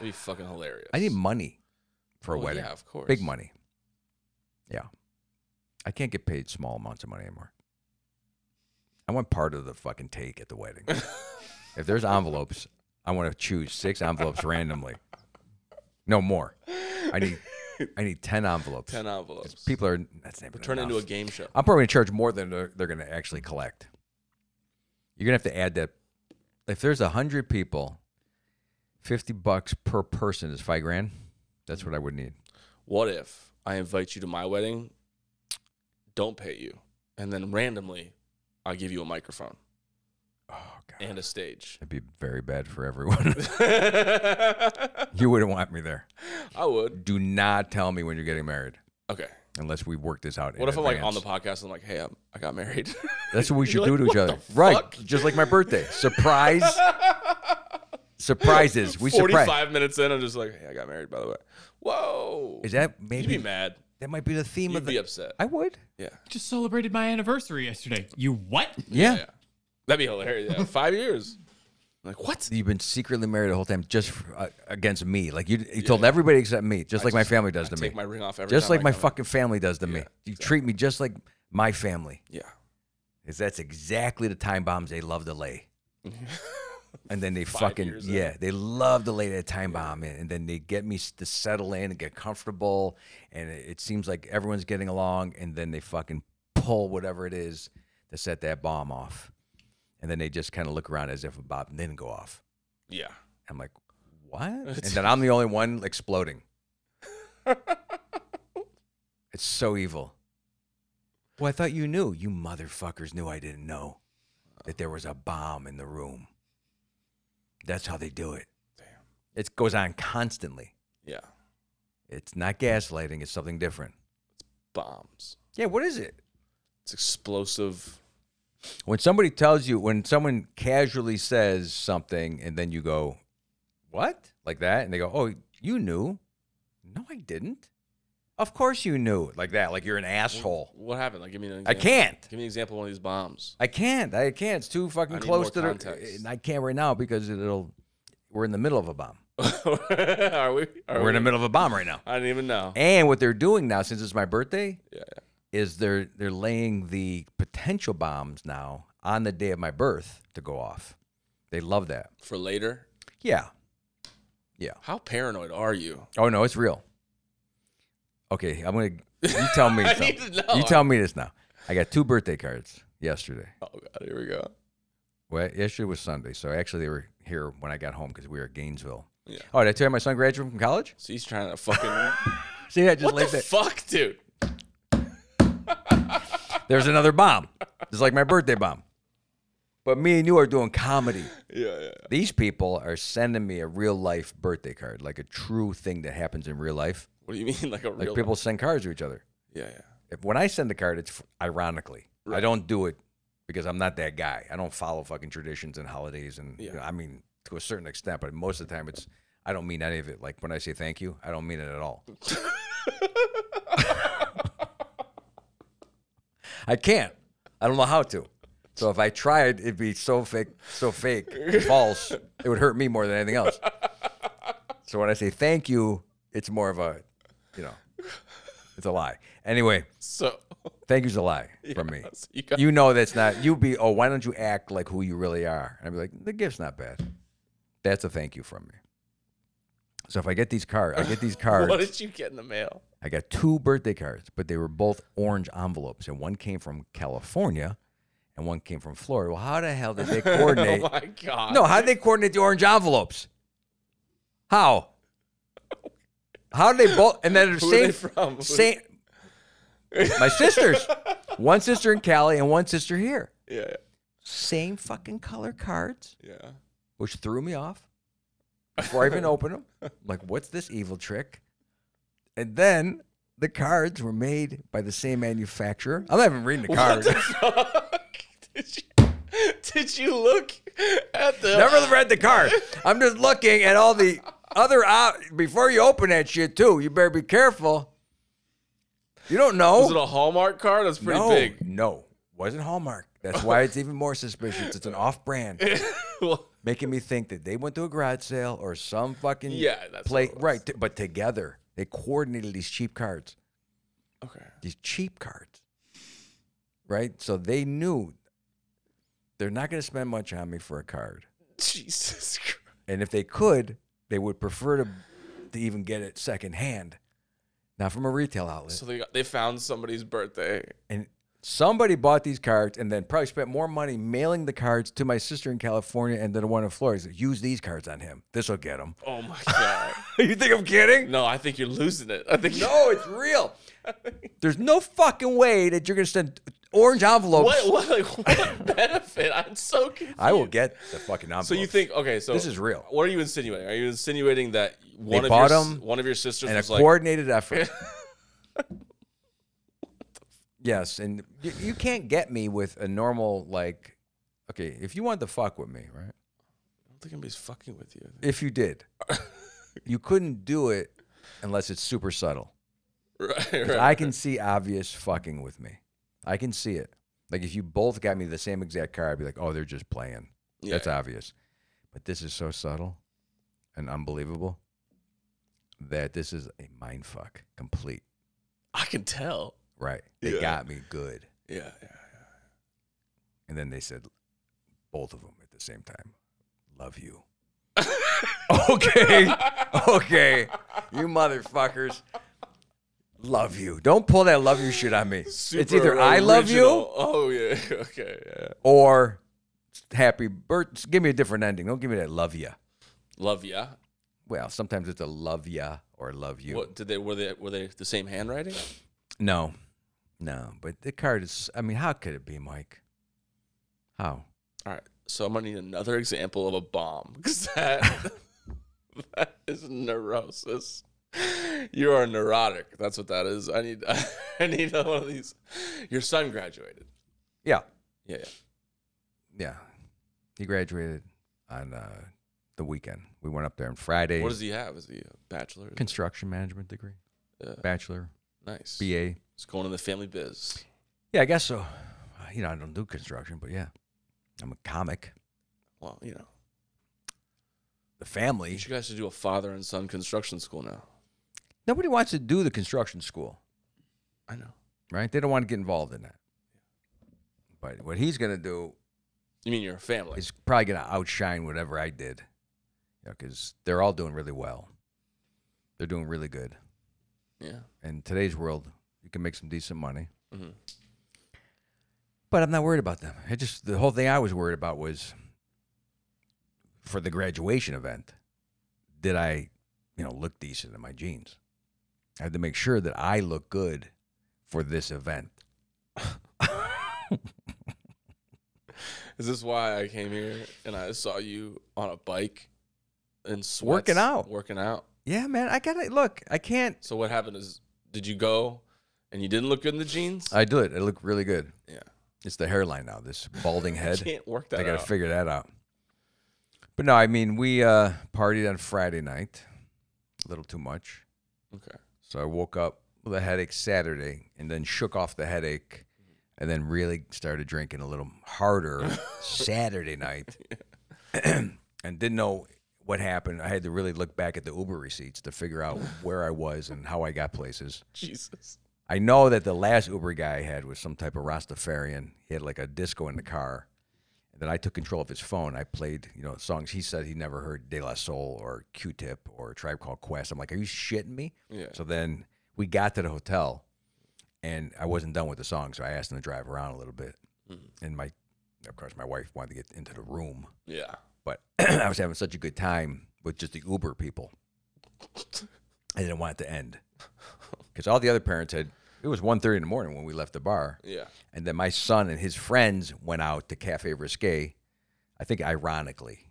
It'd be fucking hilarious.
I need money for a
Well,
wedding.
Yeah, of course.
Big money. Yeah. I can't get paid small amounts of money anymore. I want part of the fucking take at
*laughs*
the wedding. if there's envelopes, I want to choose six envelopes randomly. No more. I need I need 10 envelopes.
Ten envelopes.
People are that's never
Turn it into a
enough.
game show.
I'm probably gonna charge more than they're, they're gonna actually collect. You're gonna have to add that. If there's a hundred people, fifty bucks per person is five grand. That's what I would need.
What if I invite you to my wedding, don't pay you, and then randomly, I give you a microphone
Oh god,
and a stage.
it'd be very bad for everyone. *laughs*
I
you wouldn't want me there.
would.
Do not tell me when you're getting married
Okay.
unless we work this out.
What
in
if I'm like on the
advance.
podcast? and I'm like, hey, I'm, I got married.
That's what
*laughs*
we should
You're
do to
like,
each other,
"What the
right?
fuck?"
Just like my birthday,
*laughs*
surprise. Surprises. *laughs* We
Forty-five
surprise.
minutes in, I'm just like, hey, I got married. By the way, whoa.
Is that
You'd
maybe
be mad.
that might be the theme
You'd
of the?
be upset.
*laughs* I would.
Yeah.
Just celebrated my anniversary yesterday. You what?
*laughs* Yeah.
That'd be hilarious.
*laughs*
Yeah. Five years. I'm like what?
You've been secretly married the whole time, just for, uh, against me. Like you, you told everybody except me, just like my family does
I
to me,
take my ring off every
just
time
like
I
my
come.
fucking family does to me. You treat me just like my family,
Yeah.
'Cause that's exactly the time bombs they love
*laughs*
to lay. and then they fucking
years in.
yeah, they love to lay that time bomb in, and then they get me s- to settle in and get comfortable, and it, it seems like everyone's getting along, and then they fucking pull whatever it is to set that bomb off, and then they just kind of look around as if a bomb didn't go off.
Yeah.
I'm like, what? And then I'm the only one exploding. *laughs* it's so evil. Well, I thought you knew. You motherfuckers knew I didn't know that there was a bomb in the room. That's how they do it.
Damn.
It goes on constantly.
Yeah.
It's not gaslighting, it's something different.
Bombs.
Yeah, what is it?
It's explosive.
When somebody tells you, when someone casually says something, and then you go, "What?" like that, and they go, "Oh, you knew?" No, I didn't. Of course you knew, like that, like you're an asshole.
What happened? Like, give me an
I
example.
can't.
Give me an example of one of these bombs. *laughs*
I can't. I can't. It's too fucking
I need
close
more
to the.
context.
and I can't right now because it'll. We're in the middle of a bomb.
Are we? Are
we're
we?
in the middle of a bomb right now.
I didn't even know.
And what they're doing now, since it's my birthday,
Yeah. yeah.
is they're they're laying the potential bombs now on the day of my birth to go off. They love that.
For later.
Yeah.
How paranoid are you?
Oh no, it's real. Okay, I'm gonna. You tell me.
*laughs* I
something.
need to know.
You tell me this now. I got two birthday cards yesterday.
Oh god, here we go.
Well, yesterday was Sunday, so actually they were here when I got home because we were at Gainesville.
Yeah.
Oh, did I tell you my son graduated from college?
So he's trying to
*laughs*
fucking.
See, I just
what the
laid that.
fuck, dude?
There's another bomb. It's like my birthday bomb. But me and you are doing comedy.
Yeah, yeah.
These people are sending me a real life birthday card, like a true thing that happens in real life.
What do you mean, *laughs* like a
Like
real?
people send cards to each other.
yeah, yeah.
if when I send the card, it's f- ironically. I
Right.
don't do it because I'm not that guy. I don't follow fucking traditions and holidays, and you
Yeah.
know, I mean to a certain extent, but most of the time, it's I don't mean any of it. Like when I say thank you, I don't mean it at all. I can't. I don't know how to. So if I tried, it'd be so fake, so fake, and false. It would hurt me more than anything else. So when I say thank you, it's more of a, you know, it's a lie. Anyway,
So, *laughs*
thank you's a lie from me.
so you got
you know that's not you be oh why don't you act like who you really are and i'd be like the gift's not bad that's a thank you from me so if i get these cards i get these
*laughs* What
cards
did you get in the mail?
i got two birthday cards but they were both orange envelopes and one came from california and one came from florida well how the hell did they coordinate
Oh my god.
no how did they coordinate the orange envelopes how how did they both and then
Who are
same
they from?
*laughs*
Who-
same my sisters one sister in cali and one sister here
Yeah,
same fucking color cards,
yeah. yeah.
which threw me off before
*laughs*
I even opened them. I'm Like, what's this evil trick? And then the cards were made by the same manufacturer. I'm not even reading the
What
cards.
the fuck? *laughs* Did you, did you look at the?
Never read the card. I'm just looking at all the other op- before you open that shit too, you better be careful. You don't know.
Is it a Hallmark card? That's pretty
no, *laughs*
big. *laughs*
no, wasn't Hallmark. That's why it's even more suspicious. It's an off-brand,
well,
making me think that they went to a garage sale or some fucking
Yeah, that's what
play
it was.
right. t- But together they coordinated these cheap cards.
okay. *laughs*
these cheap cards, right? So they knew they're not going to spend much on me for a card,
Jesus Christ.
and if they could, they would prefer to to even get it secondhand, not from a retail outlet.
So they got, they found somebody's birthday.
and somebody bought these cards and then probably spent more money mailing the cards to my sister in California and then the one in Florida. He said, Use these cards on him. This will get him. *laughs*
Oh my god.
you think I'm kidding?
no, I think you're losing it. I think
No, it's real. There's no fucking way that you're going to send orange envelopes.
*laughs* What what like, what benefit? I'm so confused.
I will get the fucking envelope.
So you think okay? So
This is real.
What are you insinuating? Are you insinuating that one of
bought
your s-
'em
one of your sisters
and a
was like
coordinated effort.
*laughs*
yes, and you, you can't get me with a normal like. Okay, if you wanted to fuck with me, right?
I don't think anybody's fucking with you. *laughs*
If you did, you couldn't do it unless it's super subtle.
Right,
'Cause
right.
I can see obvious fucking with me. I can see it. Like if you both got me the same exact card, I'd be like, "Oh, they're just playing."
yeah.
That's obvious. But this is so subtle and unbelievable that this is a mind fuck complete.
I can tell.
Right. They
Yeah.
got me good.
Yeah, yeah.
And then they said, both of them at the same time, love you. *laughs* okay. Okay. You motherfuckers. Love you. Don't pull that love you shit on me. it's
Super
either I love you
original. Oh yeah. *laughs* Okay. Yeah.
or happy birth. Give me a different ending. Don't give me that love ya.
Love ya.
Well, sometimes it's a love ya or love you.
What did they were they were they the same handwriting?
No, no. But the card is. I mean, how could it be, Mike? How?
All right. So I'm gonna need another example of a bomb because that *laughs* that is neurosis. You are neurotic. That's what that is. I need *laughs* I need one of these. Your son graduated.
Yeah,
Yeah. yeah.
yeah. He graduated on uh, the weekend. We went up there on Friday.
What does he have? Is he a bachelor?
construction management degree?
Yeah.
Bachelor,
nice.
BA.
It's going in the family biz.
Yeah, I guess so. Uh, You know, I don't do construction, but yeah, I'm a comic.
Well, you know,
The family.
you guys should do a father and son construction school now.
Nobody wants to do the construction school.
I know.
right? They don't want to get involved in that. But what he's going to do
You mean you're a family?
is probably going to outshine whatever I did, because they're all doing really well. They're doing really good.
Yeah.
In today's world, you can make some decent money.
Mhm.
But I'm not worried about them. It just the whole thing I was worried about was for the graduation event. Did I, you know, look decent in my jeans? I had to make sure that I look good for this *laughs* event.
Is this why I came here and I saw you on a bike and sweats,
Working out.
Working out.
Yeah, man, I gotta look. I can't.
So what happened is, did you go and you didn't look good in the jeans?
I do it. I look really good.
yeah,
It's the hairline now. This balding head.
can't work that.
*laughs* I gotta
out.
figure that out. But no, I mean, we uh partied on Friday night, a little too much.
Okay.
So I woke up with a headache Saturday, and then shook off the headache, and then really started drinking a little harder Saturday night, *clears throat* and didn't know what happened. I had to really look back at the Uber receipts to figure out where I was and how I got places.
Jesus.
I know that the last Uber guy I had was some type of Rastafarian. He had like a disco in the car. And then I took control of his phone. I played, you know, songs he said he never heard De La Soul or Q Tip or Tribe Called Quest. I'm like, are you shitting me?
Yeah.
So then we got to the hotel and I wasn't done with the song. So I asked him to drive around a little bit. And my, of course, my wife wanted to get into the room.
Yeah.
But *clears throat* I was having such a good time with just the Uber people. I didn't want it to end because all the other parents had. It was 1.30 in the morning when we left the bar,
Yeah.
and then my son and his friends went out to Cafe Risque. I think ironically,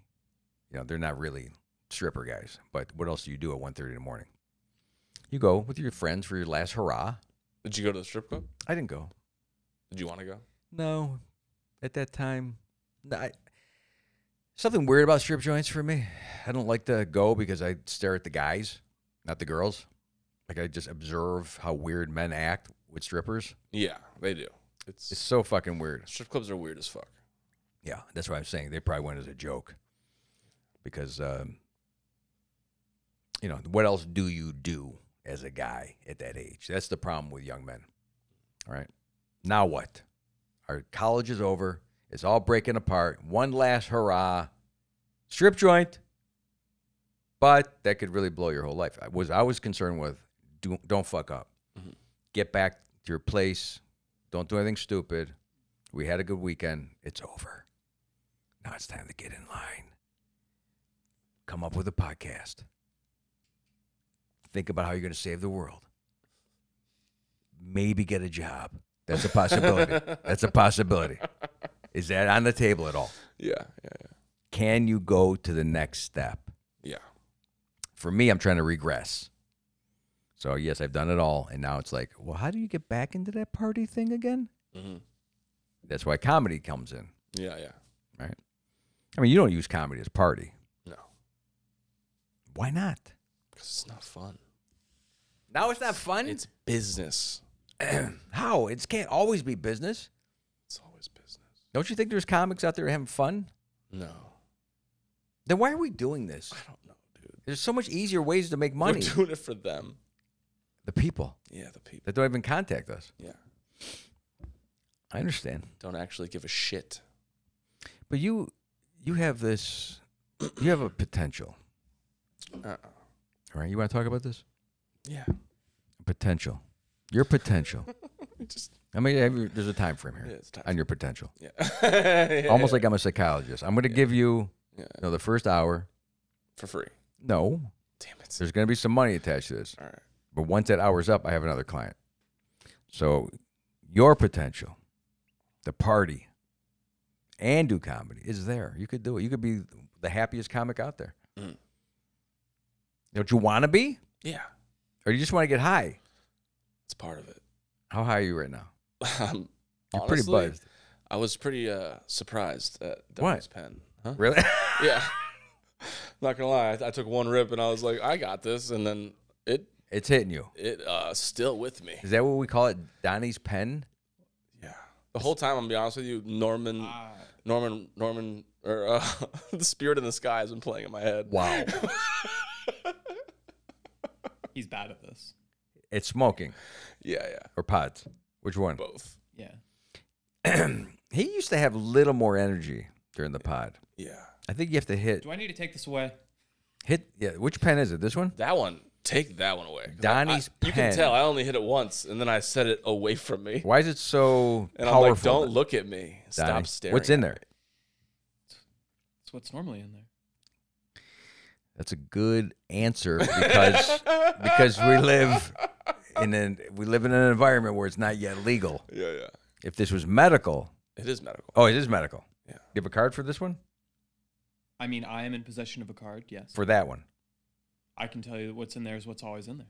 you know, they're not really stripper guys, but what else do you do at 1.30 in the morning? You go with your friends for your last hurrah.
Did you go to the strip club?
I didn't go.
Did you want to go?
No, at that time, no, I, Something weird about strip joints for me. I don't like to go because I stare at the guys, not the girls. Like I just observe how weird men act with strippers.
Yeah, they do. It's,
It's so fucking weird.
strip clubs are weird as fuck.
Yeah, that's what I'm saying. They probably went as a joke because, um, you know, what else do you do as a guy at that age? That's the problem with young men. All right. Now what? Our college is over. It's all breaking apart. One last hurrah. Strip joint. But that could really blow your whole life. I was I was concerned with do, don't fuck up. Get back to your place. Don't do anything stupid. We had a good weekend. It's over. Now it's time to get in line. Come up with a podcast. Think about how you're going to save the world. Maybe get a job. That's a possibility. That's a possibility. Is that on the table at all?
Yeah, yeah,
Can you go to the next step?
yeah. yeah.
For me, I'm trying to regress. So, yes, I've done it all. And now it's like, well, how do you get back into that party thing again?
Mhm.
That's why comedy comes in.
Yeah, yeah.
right? I mean, you don't use comedy as party.
No,
Why not?
because it's not fun.
Now it's not fun. *clears throat*
It's business.
how it can't always be business.
It's always business.
Don't you think there's comics out there having fun?
No,
Then why are we doing this?
I don't know, dude.
There's so much easier ways to make money.
We're doing it for them.
the people
Yeah, the people.
that don't even contact us.
Yeah,
I understand,
don't actually give a shit.
but you you have this. You have a potential.
Uh-uh.
All right, you want to talk about this
Yeah,
potential? Your *laughs* potential.
just
I mean, have you- there's a time frame here
Yeah, it's a time
on your potential.
yeah. *laughs* Yeah,
Almost
yeah,
like I'm a psychologist. I'm going to give you,
yeah.
you know, the first hour.
for free.
No,
Damn it.
There's going to be some money attached to this.
All right.
But once that hour's up, I have another client. So your potential, the party, and do comedy is there. You could do it. You could be the happiest comic out there.
Mm.
Don't you want to be?
Yeah,
Or you just want to get high?
it's part of it.
How high are you right now?
*laughs* Um,
You're
honestly,
pretty buzzed.
I was pretty uh, surprised at
What?
Devil's Pen. Huh?
Really?
*laughs*
*laughs*
Yeah. Not gonna lie, I, I took one rip and I was like, I got this, and then it
it's hitting you.
it uh still with me.
Is that what we call it? Donnie's pen?
Yeah. The whole time, I'm gonna be honest with you, Norman,
Ah.
Uh,
Norman, Norman, or uh, *laughs* the Spirit in the Sky has been playing in my head.
Wow.
He's bad at this.
it's smoking
*laughs* Yeah, yeah,
or pods. Which one?
both.
Yeah.
He used to have little more energy during the pod.
Yeah,
I think you have to hit
Do I need to take this away?
Hit yeah. Which pen is it? This one?
that one. Take that one away. 'Cause
Donnie's
I, I- You
pen.
can tell I only hit it once, and then I set it away from me.
Why is it so
And
powerful?
I'm like, don't
then,
look at me.
Donnie?
Stop staring.
What's in
at
there?
me."
That's what's normally in there.
That's a good answer because because we live in an we live in an environment where it's not yet legal.
Yeah, yeah.
If this was medical,
It is medical.
oh, it is medical.
Yeah.
You have a card for this one?
I mean, I am in possession of a card. Yes.
For that one?
I can tell you that what's in there is what's always in there.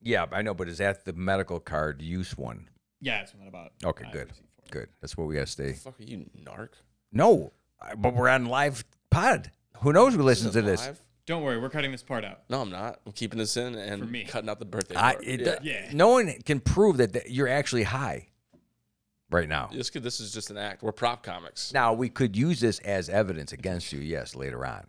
Yeah, I know, but is that the medical card use one?
Yeah, that's what I'm about.
Okay,
I
good,
receipt for it.
good. That's what we gotta stay.
Fuck are you, narc?
No, I- but we're on live pod. Who knows who listens to this?
Live?
Don't worry, we're cutting this part out.
No, I'm not. I'm keeping this in and
For me.
cutting out the birthday.
I,
part.
it,
yeah.
Yeah.
No one can prove that, that you're actually high right now.
Just 'cause this is just an act. We're prop comics.
Now we could use this as evidence against you, yes, later
*laughs*
on.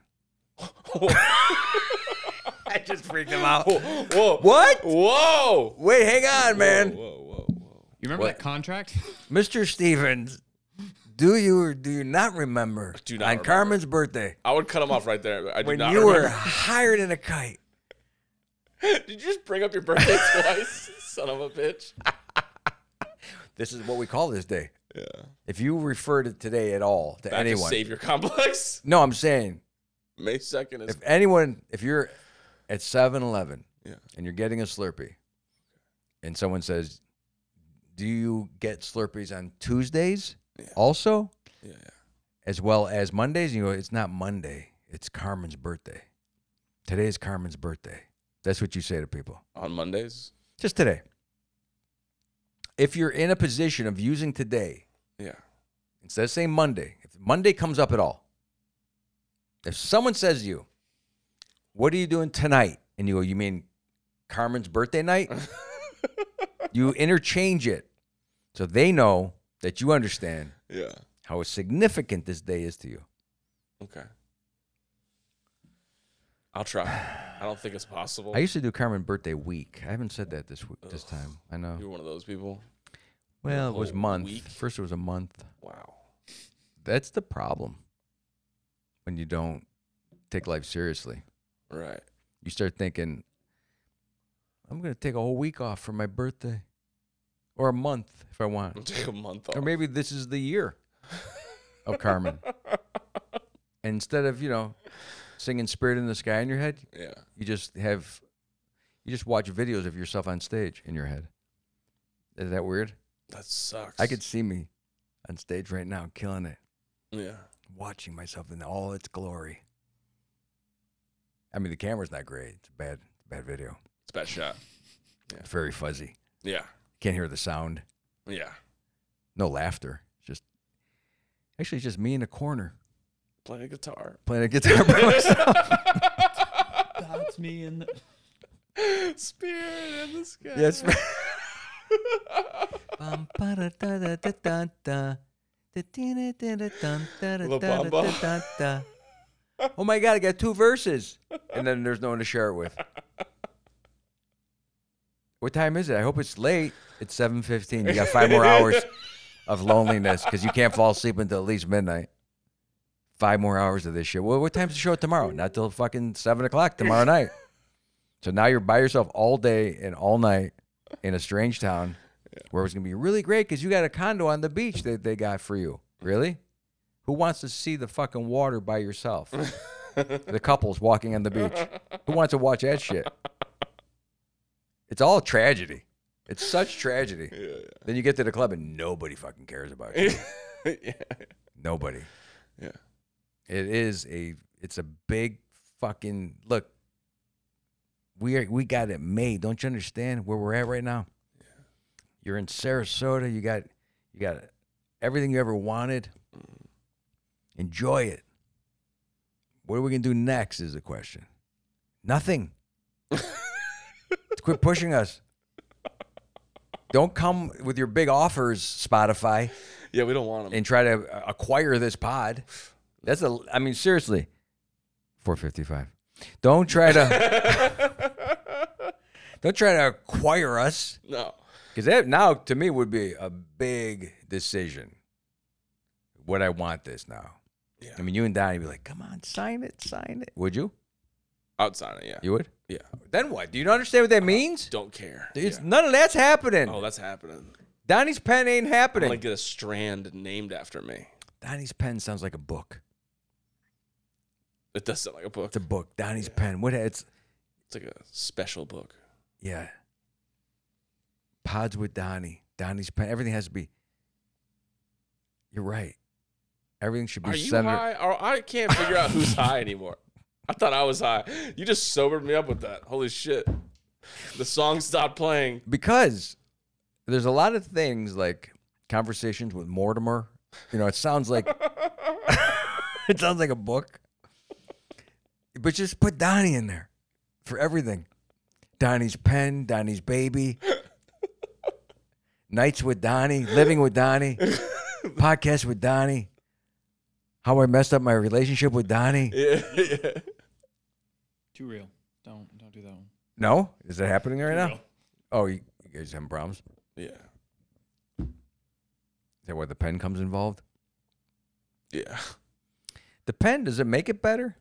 I just freaked him out.
*gasps* Whoa.
What?
Whoa.
Wait, hang on, man.
Whoa, whoa, whoa.
You remember
What?
that contract? *laughs*
Mr. Stevens, do you or do you not remember
do not
on
remember.
Carmen's birthday
I would cut him off right there. I do
when
not
you were
remember. *laughs*
higher than a kite?
Did you just bring up your birthday *laughs* twice, son of a bitch?
This is what we call this day.
Yeah.
If you refer to today at all to
Back to
anyone,
savior complex.
no, I'm saying
May second is
if anyone, if you're at 7-Eleven
Yeah.
and you're getting a Slurpee, and someone says, "Do you get Slurpees on Tuesdays also?"
yeah, yeah.
as well as Mondays. You know, it's not Monday. It's Carmen's birthday. Today is Carmen's birthday. That's what you say to people.
on Mondays.
Just today. If you're in a position of using today,
Yeah.
instead of saying Monday, if Monday comes up at all, If someone says to you, "What are you doing tonight?" and you go, "You mean Carmen's birthday
*laughs*
night?" you interchange it so they know that you understand
Yeah.
how significant this day is to you.
Okay. I'll try. I don't think it's possible.
I used to do Carmen birthday week. I haven't said that this week, this time. I know.
You're one of those people.
Well, it was
whole
month.
week?
First, it was a month.
Wow.
That's the problem when you don't take life seriously.
Right. *laughs*
You start thinking, I'm going to take a whole week off for my birthday or a month if I want.
Take a month off.
Or maybe this is the year of Carmen. And Instead of, you know, singing Spirit in the Sky in your head,
*laughs* yeah.
you just have, you just watch videos of yourself on stage in your head. Is that weird?
That sucks.
I could see me on stage right now killing it.
Yeah.
watching myself in all its glory. I mean, the camera's not great. It's a bad, bad video.
It's a bad shot.
It's very fuzzy.
Yeah.
Can't hear the sound.
Yeah.
No laughter. It's Just actually, it's just me in a corner
Play a guitar. *gasps*
playing a guitar by *laughs* myself.
That's me and the-
Spirit in the sky. *laughs*
yes. Bum, ba-da-da-da-da-da-da. Da-dee-da-da-da-dum,
La Bamba.
da-da-da-da-da-da. *laughs* Oh my God, I got two verses. And then there's no one to share it with. What time is it? I hope it's late. It's 7.15. You got five more hours of loneliness because you can't fall asleep until at least midnight. Five more hours of this shit. Well, what time's the show tomorrow? Not till fucking 7 o'clock tomorrow night. So now you're by yourself all day and all night in a strange town where it's going to be really great because you got a condo on the beach that they got for you. Really? Who wants to see the fucking water by yourself? the couples walking on the beach. Who wants to watch that shit? It's all tragedy. It's such tragedy. Then you get to the club and nobody fucking cares about you.
*laughs* yeah.
nobody.
Yeah.
It is a it's a big fucking look. We are, we got it made. Don't you understand where we're at right now? You're in Sarasota. You got you got everything you ever wanted. Enjoy it. What are we gonna do next? Is the question. Nothing. Quit pushing us. Don't come with your big offers, Spotify
Yeah, we don't want them.
and try to uh, acquire this pod. That's a. I mean, seriously, four fifty five. Don't try *laughs* to. don't try to acquire us
*laughs* No.
because that now to me would be a big decision. Would I want this now?
Yeah.
I mean, you and Donnie would be like, "Come on, sign it, sign it." Would you?
Outside it, yeah.
You would. Uh,
Yeah.
Then what? Do you understand what that means?
Don't care.
It's,
Yeah.
None of that's happening.
Oh, that's happening.
Donnie's pen ain't
I'm
happening.
gonna get a strand named after me.
Donnie's pen sounds like a book.
It does sound like a book.
It's a book. Donnie's pen. What? It's
It's like a special book.
Yeah. Pods with Donnie. Donnie's pen. Everything has to be. You're right. Everything should be
Are you
centered.
high? Or I can't figure out who's high anymore. I thought I was high. You just sobered me up with that. Holy shit. The song stopped playing. *laughs*
Because there's a lot of things like conversations with Mortimer. You know, it sounds like *laughs* it sounds like a book. But just put Donnie in there for everything. Donnie's pen, Donnie's baby. Nights with Donnie, living with Donnie, podcast with Donnie. How I messed up my relationship with Donnie.
Yeah, yeah.
too real. Don't don't do that one.
No? Is that happening right now?
Real.
Oh, you, you guys having problems? Is
Yeah.
that why the pen comes involved?
Yeah.
The pen, does it make it better?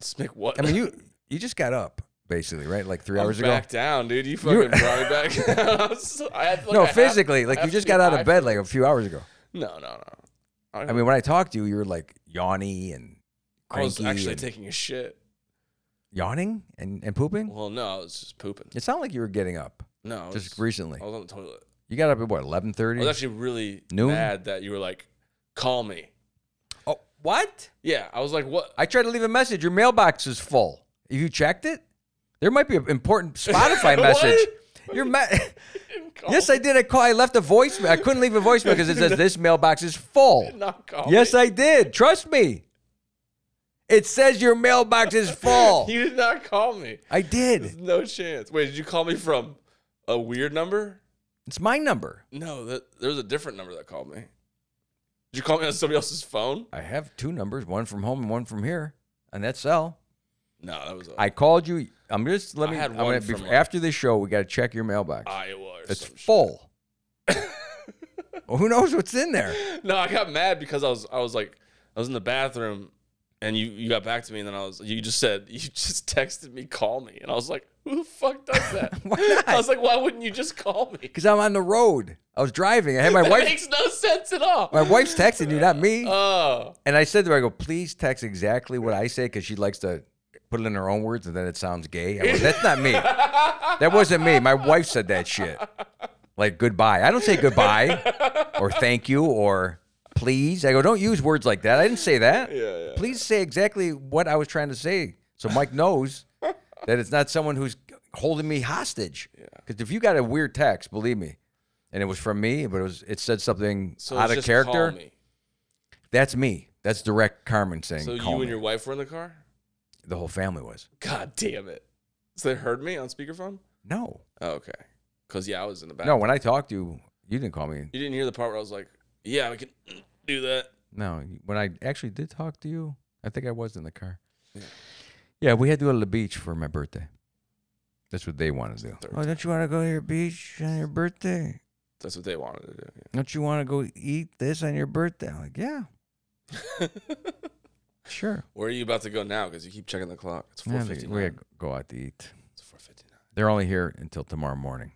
Let's make what?
I mean, you you just got up basically, right? Like 3
I'm
hours
back
ago.
down, dude. You fucking
You-
brought me back. *laughs* down. So I had to, like,
no,
I have-
physically,
I
like you
have
just
to be
got out
high
of
for-
bed like a few hours ago.
No, no, no. I,
I mean, when I talked to you, you were like yawny and
I was
cranky.
actually
and
taking a shit.
yawning and, and pooping.
Well, no, I was just pooping.
It sounded like you were getting up
No, I was,
just recently.
I Oh, was on the toilet.
You got up at what eleven
I
thirty?
was actually really
Noon?
mad that you were like, call me.
Oh, what?
Yeah, I was like, what? *laughs*
I tried to leave a message. Your mailbox is full. Have you checked it? There might be
*laughs*
an important
What?
Spotify
Oh.
message.
*laughs*
Your ma-
Call
yes, I did. I call. I left a voicemail. I couldn't leave
*laughs*
a voicemail because it says this mailbox is full.
Not call
Yes,
me.
I did. Trust me. It says your
*laughs*
mailbox is full.
You did not call me.
I did.
There's no chance. Wait, did you call me from a weird number?
It's my number.
No, that, there was a different number that called me. Did you call me on somebody else's phone?
I have two numbers, one from home and one from here, and that's cell.
No, that was
I called you. I'm just let
I
me.
had
I'm
one
gonna,
from,
bef-
like- Ah,
after this show, we got to check your mailbox.
Iowa or
it's
some shit. *laughs*
full. well, who knows what's in there?
No, I got mad because I was I was like I was in the bathroom and you you got back to me and then I was you just said *laughs* you just texted me call me and I was like who the fuck
*laughs*
does that?
Why not?
I was like why wouldn't you just call
*laughs*
me?
Because I'm on the road. I was driving.
*laughs*
I had my
That
wife.
makes no sense at all.
My wife's texting you, not me.
Oh,
And I said to her, I go, please text exactly what I say because she likes to put it in her own words and then it sounds gay. I go, That's not me. That wasn't me. My wife said that shit. Like goodbye. I don't say goodbye or thank you or please. I go, don't use words like that. I didn't say that.
Yeah, yeah.
Please say exactly what I was trying to say. So Mike knows that it's not someone who's holding me hostage. Because if you got a weird text, believe me, and it was from me, but it was it said something
so
out
it's
of
just
character.
Call me.
That's me. That's direct Carmen saying.
So
call
you
me.
and your wife were in the car.
the whole family was.
God damn it! So they heard me on speakerphone.
No,
Oh, okay. Cause yeah, I was in the back.
no. When I talked to you, you didn't call me.
you didn't hear the part where I was like, yeah, we can *clears throat* do that.
No, when I actually did talk to you, I think I was in the car. Yeah, we had to go to the beach for my birthday. That's what they wanted to do.
Third
Oh, don't you want to go to your beach on your birthday?
That's what they wanted to do. yeah.
Don't you want to go eat this on your birthday? I'm like, yeah,
*laughs*
sure.
Where are you about to go now? Because you keep checking the clock. It's
Yeah,
four
we
fifty
we
nine.
gotta go out to eat.
It's four fifty nine.
They're only here until tomorrow morning.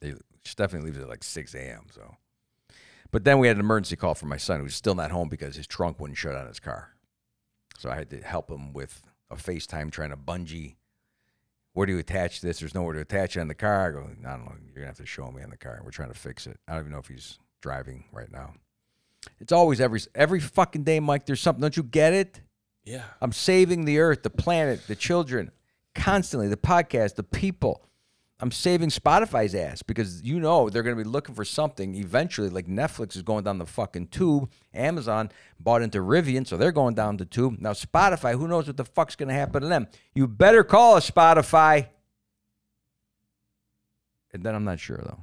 They Stephanie leaves at like six a.m. So, but then we had an emergency call from my son who's still not home because his trunk wouldn't shut on his car. So I had to help him with a FaceTime trying to bungee. Where do you attach this? There's nowhere to attach it on the car. I go, I don't know. You're gonna have to show me on the car. We're trying to fix it. I don't even know if he's driving right now. It's always every every fucking day, Mike. There's something. Don't you get it?
Yeah.
I'm saving the earth, the planet, the children, constantly, the podcast, the people. I'm saving Spotify's ass because you know they're going to be looking for something eventually. Like Netflix is going down the fucking tube. Amazon bought into Rivian, so they're going down the tube. Now, Spotify, who knows what the fuck's going to happen to them? You better call us, Spotify. And then I'm not sure, though.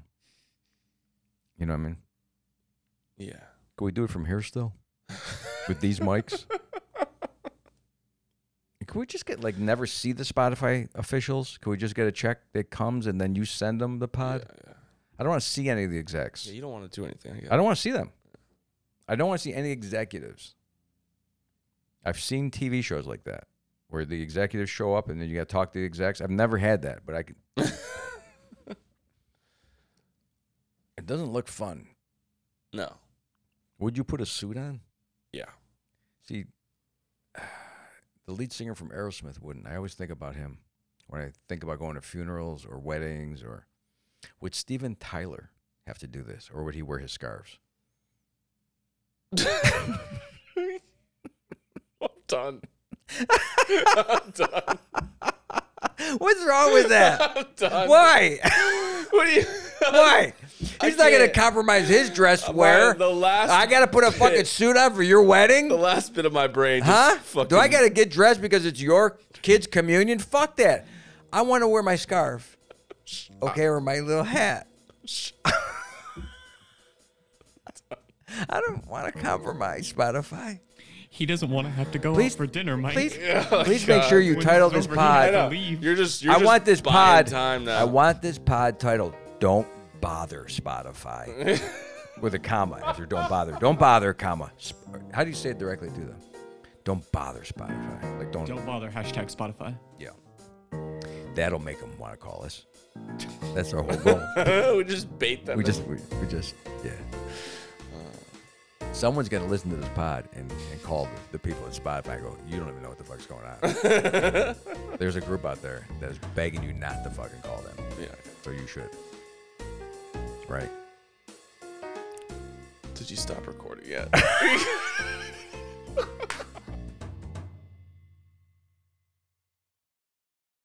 You know what I mean? *laughs*
Yeah.
Can we do it from here still? With these mics? Can we just get like never see the Spotify officials? Can we just get a check that comes and then you send them the pod? I don't want to see any of the execs.
Yeah, you don't want to do anything. I guess.
I don't want to see them. I don't want to see any executives. I've seen TV shows like that where the executives show up and then you got to talk to the execs. I've never had that, but I can. it doesn't look fun.
*laughs* No. *laughs*
Would you put a suit on?
Yeah.
See, *sighs* the lead singer from Aerosmith wouldn't. I always think about him when I think about going to funerals or weddings or would Steven Tyler have to do this or would he wear his scarves?
I'm done. I'm done.
What's wrong with that?
I'm done.
*laughs* Why? *laughs*
What do you? *laughs*
Why?
I
He's not going to
can't.
compromise his dress
My-
wear.
the last-
I got to put a fucking suit on for your wedding?
The last bit of my brain. Just
Huh?
*laughs* Fucking,
Do I got to get dressed because it's your kid's communion? Fuck that. I want to wear my scarf. Okay, or my
*laughs*
little hat. I don't want to compromise Spotify.
He doesn't want to have to go
Please-
out for dinner, Mike.
Please,
*laughs* Oh,
please make sure you
When
title this
he's over here, I
I
pod.
know.
Leave.
You're just. You're
I
just
want this
buying
pod.
Time now.
I want this pod titled "Don't Bother
*laughs*
Spotify" with a comma after "Don't bother." Don't bother, comma. Sp- How do you say it directly to them? Don't bother Spotify. Like
Don't bother. Hashtag Spotify.
Yeah. That'll make them want to call us. That's our whole
*laughs*
goal.
we just bait them.
we just, we, we just, yeah. Someone's gonna listen to this pod and, and call the, the people at Spotify. and Go, you don't even know what the fuck's going on. There's a group out there that is begging you not to fucking call them,
Yeah.
so you should. Right?
Did you stop recording yet?